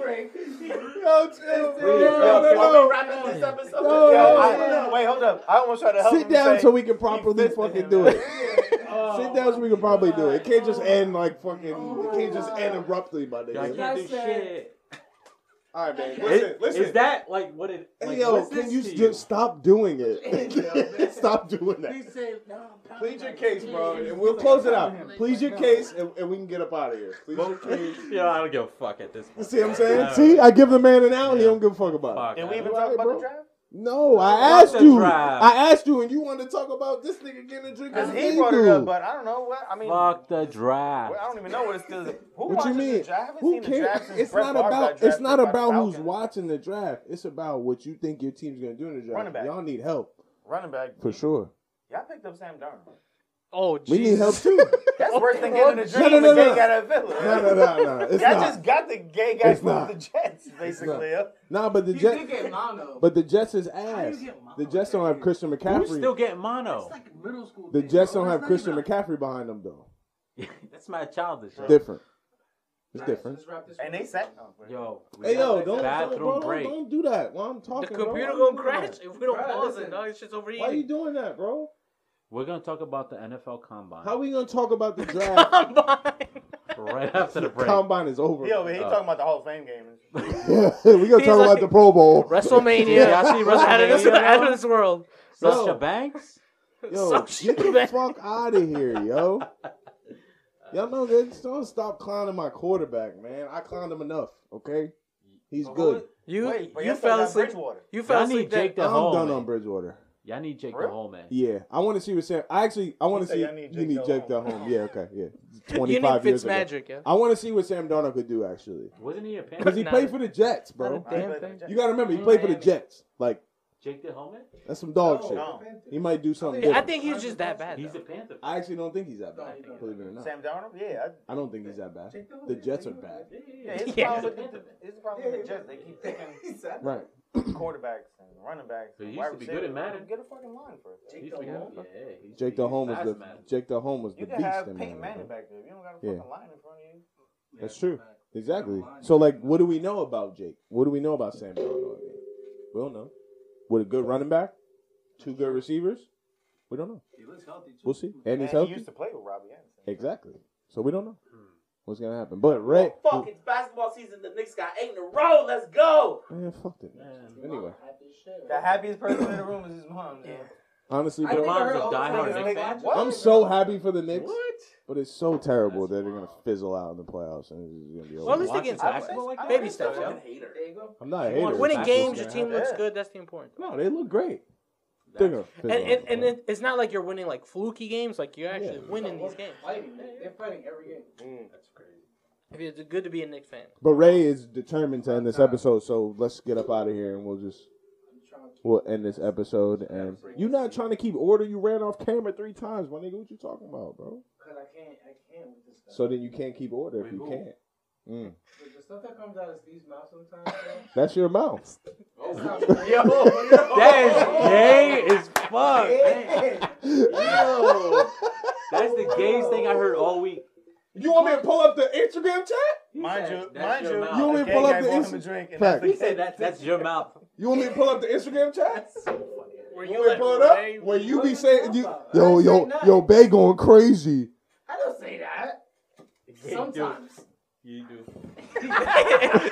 Speaker 1: Yo, chill,
Speaker 2: Yo,
Speaker 1: bro.
Speaker 2: yo,
Speaker 1: No,
Speaker 2: wrapping this episode?
Speaker 1: No,
Speaker 2: Yo,
Speaker 1: no,
Speaker 2: I- Wait, hold up. I almost tried to
Speaker 1: no.
Speaker 2: help
Speaker 1: Sit
Speaker 2: him
Speaker 1: down
Speaker 2: say-
Speaker 1: so we can properly
Speaker 2: fisted
Speaker 1: fucking
Speaker 2: him,
Speaker 1: do
Speaker 2: man.
Speaker 1: it. Sit
Speaker 4: Oh,
Speaker 1: down so we can properly do it. It can't just end like fucking. It can't just end abruptly, my
Speaker 4: I
Speaker 1: nigga.
Speaker 4: can't do shit.
Speaker 1: All right, man.
Speaker 4: Is-
Speaker 1: Listen, listen.
Speaker 4: Is that like what it? Like,
Speaker 1: Hey, yo,
Speaker 4: what's
Speaker 1: can
Speaker 4: this
Speaker 1: you
Speaker 4: to
Speaker 1: just stop doing it? stop doing that.
Speaker 6: He said, "No, I'm pounding
Speaker 1: Plead your
Speaker 6: him."
Speaker 1: case, bro, and we'll close it out. Plead your case, and, and we can get up out of here. Plead your case.
Speaker 4: Yo, I don't give a fuck at this point. Uh,
Speaker 1: See what I'm saying?
Speaker 4: I
Speaker 1: See,
Speaker 4: don't
Speaker 1: I give the man an out, he don't give a fuck about it.
Speaker 4: fuck.
Speaker 2: Did we
Speaker 4: I
Speaker 2: even
Speaker 4: don't-
Speaker 2: talk about
Speaker 1: Bro.
Speaker 2: the draft?
Speaker 1: No, I
Speaker 4: Fuck
Speaker 1: asked
Speaker 4: the
Speaker 1: you.
Speaker 4: drive.
Speaker 1: I asked you, and you wanted to talk about this nigga getting a drink.
Speaker 2: Because
Speaker 1: Cause
Speaker 2: he brought it up, but I don't know what. I mean,
Speaker 4: Fuck the draft.
Speaker 2: I don't even know what it's because. Who
Speaker 1: what you
Speaker 2: watches
Speaker 1: mean?
Speaker 2: The draft? I haven't
Speaker 1: Who
Speaker 2: seen the draft
Speaker 1: cares?
Speaker 2: since
Speaker 1: It's
Speaker 2: Brett
Speaker 1: not
Speaker 2: Favre got
Speaker 1: about. It's
Speaker 2: drafted
Speaker 1: not
Speaker 2: by the
Speaker 1: about who's
Speaker 2: Falcons.
Speaker 1: watching the draft. It's about what you think your team's gonna do in the draft.
Speaker 2: Running back.
Speaker 1: Y'all need help
Speaker 2: Running back.
Speaker 1: for sure.
Speaker 2: Y'all picked up Sam Darnold.
Speaker 3: Oh,
Speaker 1: We need help
Speaker 3: Jesus.
Speaker 1: too.
Speaker 2: That's worse than getting
Speaker 1: No,
Speaker 2: a dream
Speaker 1: no, no,
Speaker 2: the gay
Speaker 1: no.
Speaker 2: guy that Villa.
Speaker 1: no, no, no, no. It's
Speaker 2: Y'all
Speaker 1: not.
Speaker 2: just got the gay guy
Speaker 1: It's
Speaker 2: from
Speaker 1: not.
Speaker 2: the Jets, basically. yo.
Speaker 1: Nah, but the
Speaker 5: You
Speaker 1: Jets.
Speaker 5: did get mono.
Speaker 1: But the Jets is ass.
Speaker 6: you get mono?
Speaker 1: The Jets don't have Christian
Speaker 4: Who's
Speaker 1: McCaffrey.
Speaker 4: still getting mono?
Speaker 6: It's like middle school.
Speaker 1: the
Speaker 6: thing,
Speaker 1: Jets
Speaker 6: bro.
Speaker 1: don't have
Speaker 6: That's
Speaker 1: Christian
Speaker 6: not even-
Speaker 1: McCaffrey behind them though.
Speaker 4: That's my childish. Bro.
Speaker 1: Different. It's
Speaker 5: All right,
Speaker 1: different.
Speaker 5: Let's wrap this.
Speaker 2: And they sacked him.
Speaker 4: Yo, we
Speaker 1: Hey
Speaker 4: got
Speaker 1: yo,
Speaker 4: that
Speaker 1: don't don't,
Speaker 4: bathroom
Speaker 1: bro, don't-
Speaker 4: break.
Speaker 1: don't do that while I'm
Speaker 3: The
Speaker 1: talking. bro.
Speaker 3: computer
Speaker 1: Why
Speaker 3: gonna
Speaker 1: you doing
Speaker 3: crash
Speaker 1: that?
Speaker 3: if we don't
Speaker 5: Bruh,
Speaker 3: pause
Speaker 5: listen.
Speaker 3: it, dog. It's just
Speaker 1: Why are you
Speaker 3: overeating.
Speaker 1: doing that, bro?
Speaker 4: We're gonna talk about the NFL Combine.
Speaker 1: How we gonna talk about the draft?
Speaker 3: Combine.
Speaker 4: right after the break.
Speaker 1: Combine is over.
Speaker 2: Yo, but he talking about the Hall of Fame game. and shit.
Speaker 1: we gonna talk about
Speaker 3: like-
Speaker 1: the Pro Bowl.
Speaker 3: WrestleMania.
Speaker 4: Yeah, I see
Speaker 3: Out of this,
Speaker 4: WrestleMania
Speaker 3: out
Speaker 4: now.
Speaker 3: of this world.
Speaker 4: Sasha Banks?
Speaker 1: Yo,
Speaker 3: Sucks
Speaker 1: get
Speaker 3: you
Speaker 1: the
Speaker 3: back.
Speaker 1: fuck out of here, yo. Y'all know they just don't stop clowning my quarterback, man. I clowned him enough, okay? He's good.
Speaker 3: You
Speaker 2: Wait, but
Speaker 3: you
Speaker 2: you
Speaker 3: fell
Speaker 2: fell
Speaker 3: asleep.
Speaker 2: Bridgewater.
Speaker 3: You fell
Speaker 4: Y'all need
Speaker 3: asleep. that-
Speaker 4: Jake the
Speaker 1: I'm
Speaker 4: Hole.
Speaker 1: done
Speaker 4: man.
Speaker 1: on Bridgewater.
Speaker 4: Y'all need Jake the
Speaker 2: Really?
Speaker 4: Hole, man.
Speaker 1: Yeah, I want to see what Sam. I actually, I want to
Speaker 2: said
Speaker 1: see.
Speaker 2: y'all need
Speaker 1: you
Speaker 2: Jake
Speaker 1: need
Speaker 2: Del
Speaker 1: Jake the
Speaker 2: Home.
Speaker 1: home. Yeah, okay, yeah.
Speaker 3: You
Speaker 1: Twenty
Speaker 3: need
Speaker 1: five years ago.
Speaker 3: Fitzmagic. Yeah.
Speaker 1: I want to see what Sam Darnold could do actually,
Speaker 4: Wasn't he a Panther?
Speaker 1: because he
Speaker 4: Not
Speaker 1: played
Speaker 4: a-
Speaker 1: for the Jets,
Speaker 3: Not
Speaker 1: bro.
Speaker 3: a Mm, damn
Speaker 2: But-
Speaker 3: thing.
Speaker 1: You gotta remember, he played for the
Speaker 3: Miami.
Speaker 1: Jake. Jets. Like
Speaker 4: Jake the Hole, man?
Speaker 1: that's some dog
Speaker 2: No,
Speaker 1: shit.
Speaker 2: no.
Speaker 1: He might do something.
Speaker 3: I
Speaker 1: different.
Speaker 3: think he's just that bad.
Speaker 4: He's a
Speaker 3: though.
Speaker 4: Panther.
Speaker 1: I actually don't think he's that bad. Believe it or not,
Speaker 2: Sam Darnold? Yeah. I,
Speaker 1: I don't think he's that bad. The Jets are bad.
Speaker 4: Yeah,
Speaker 2: yeah,
Speaker 4: yeah.
Speaker 2: his
Speaker 3: Yeah.
Speaker 2: problem with the, his problem with the Jets, they keep picking
Speaker 5: He said
Speaker 1: Right.
Speaker 2: quarterbacks and running backs.
Speaker 4: But he
Speaker 2: and
Speaker 4: used
Speaker 2: wide
Speaker 4: to be good at
Speaker 2: receivers.
Speaker 4: Madden.
Speaker 2: Get a fucking line for it.
Speaker 4: He's the- yeah, he's-
Speaker 1: Jake the
Speaker 4: he's
Speaker 1: Home was
Speaker 4: fast,
Speaker 1: the
Speaker 4: man.
Speaker 1: Jake the Home was the
Speaker 2: You
Speaker 1: beast
Speaker 2: can have
Speaker 1: in Miami,
Speaker 2: Peyton Manning
Speaker 1: bro.
Speaker 2: back there. You don't got a
Speaker 1: Yeah.
Speaker 2: fucking line in front of you.
Speaker 1: That's true. Exactly. So like, what do we know about Jake? What do we know about Sam Darnold? I mean, we don't know. With a good running back, two good receivers, we don't know.
Speaker 5: He looks healthy too.
Speaker 1: We'll see. And
Speaker 2: And
Speaker 1: he's
Speaker 2: he
Speaker 1: healthy.
Speaker 2: used to play with Robbie Anderson.
Speaker 1: Exactly. So we don't know what's gonna happen. But Ray,
Speaker 8: Oh, fuck, it's basketball season. The Knicks got eight in a row. Let's go.
Speaker 1: man, fuck it. Anyway,
Speaker 2: The happiest person in the room is his mom. Yeah.
Speaker 1: honestly,
Speaker 5: I
Speaker 1: bro,
Speaker 5: think I
Speaker 4: mom's
Speaker 5: heard
Speaker 4: a
Speaker 5: all the time
Speaker 4: diehard
Speaker 5: it's
Speaker 4: Knicks
Speaker 5: like-
Speaker 4: fan.
Speaker 2: What?
Speaker 1: I'm so happy for the Knicks,
Speaker 4: What?
Speaker 1: but it's so terrible that they're gonna fizzle out in the playoffs, and it's gonna be
Speaker 3: Well, at
Speaker 1: over.
Speaker 3: least they're
Speaker 4: Watching
Speaker 3: getting some-
Speaker 4: basketball like that?
Speaker 3: baby steps. yo.
Speaker 5: Fucking hater.
Speaker 1: I'm not a hater.
Speaker 3: Winning
Speaker 1: It's
Speaker 3: games,
Speaker 1: what's
Speaker 3: your
Speaker 1: gonna
Speaker 3: team looks
Speaker 2: Yeah.
Speaker 3: good. That's the important.
Speaker 1: happen. No, they look great. They're
Speaker 4: That's-
Speaker 1: gonna
Speaker 3: And
Speaker 1: fizzle out
Speaker 3: and,
Speaker 1: in
Speaker 3: and
Speaker 1: the playoffs.
Speaker 3: it- it's not like you're winning like fluky games. Like you're actually
Speaker 1: Yeah.
Speaker 3: winning these games.
Speaker 5: Fighting. They're fighting every game.
Speaker 4: That's crazy.
Speaker 3: If It's good to be a Knicks fan.
Speaker 1: But Ray is determined to end this episode, so let's get up out of here and we'll just we'll end this episode. And you're not trying to keep order. You ran off camera three times, my nigga. What you talking about, bro?
Speaker 5: Because I can't, I can't with this stuff.
Speaker 1: So then you can't keep order if you can't. Mm.
Speaker 5: But the stuff that comes out of Steve's mouth sometimes, bro.
Speaker 1: That's your mouth.
Speaker 5: It's not great.
Speaker 4: That is gay as fuck. man. Yo, that's the gayest thing I heard all week.
Speaker 1: You want me to pull up the Instagram chat?
Speaker 2: Mind
Speaker 4: said,
Speaker 2: you,
Speaker 4: "That's
Speaker 2: mind
Speaker 4: your
Speaker 2: you,
Speaker 4: mouth."
Speaker 1: You only
Speaker 2: the gay
Speaker 1: pull up
Speaker 2: guy
Speaker 1: the
Speaker 2: bought
Speaker 1: Insta-
Speaker 2: him a drink,
Speaker 1: Fact.
Speaker 2: and that's
Speaker 4: He
Speaker 2: the
Speaker 4: said that, that's your mouth.
Speaker 1: You want me to pull up the Instagram chat?
Speaker 3: Were
Speaker 1: You want me to pull it up? Where you be saying you, yo yo yo, Bay going crazy.
Speaker 5: I don't say that. Sometimes.
Speaker 4: You do.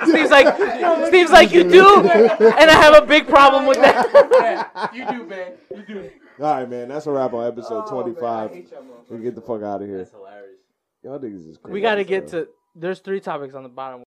Speaker 3: Steve's like, Steve's like, you do, and I have a big problem with that.
Speaker 5: You do, man. You do.
Speaker 1: All right, man. That's a wrap on episode
Speaker 5: Oh, man, I
Speaker 1: 25.
Speaker 5: hate y'all, motherfuckers.
Speaker 1: We get the fuck out of here.
Speaker 4: That's hilarious.
Speaker 1: Y'all niggas is crazy.
Speaker 3: we got to get
Speaker 1: bro.
Speaker 3: to. There's three topics on the bottom.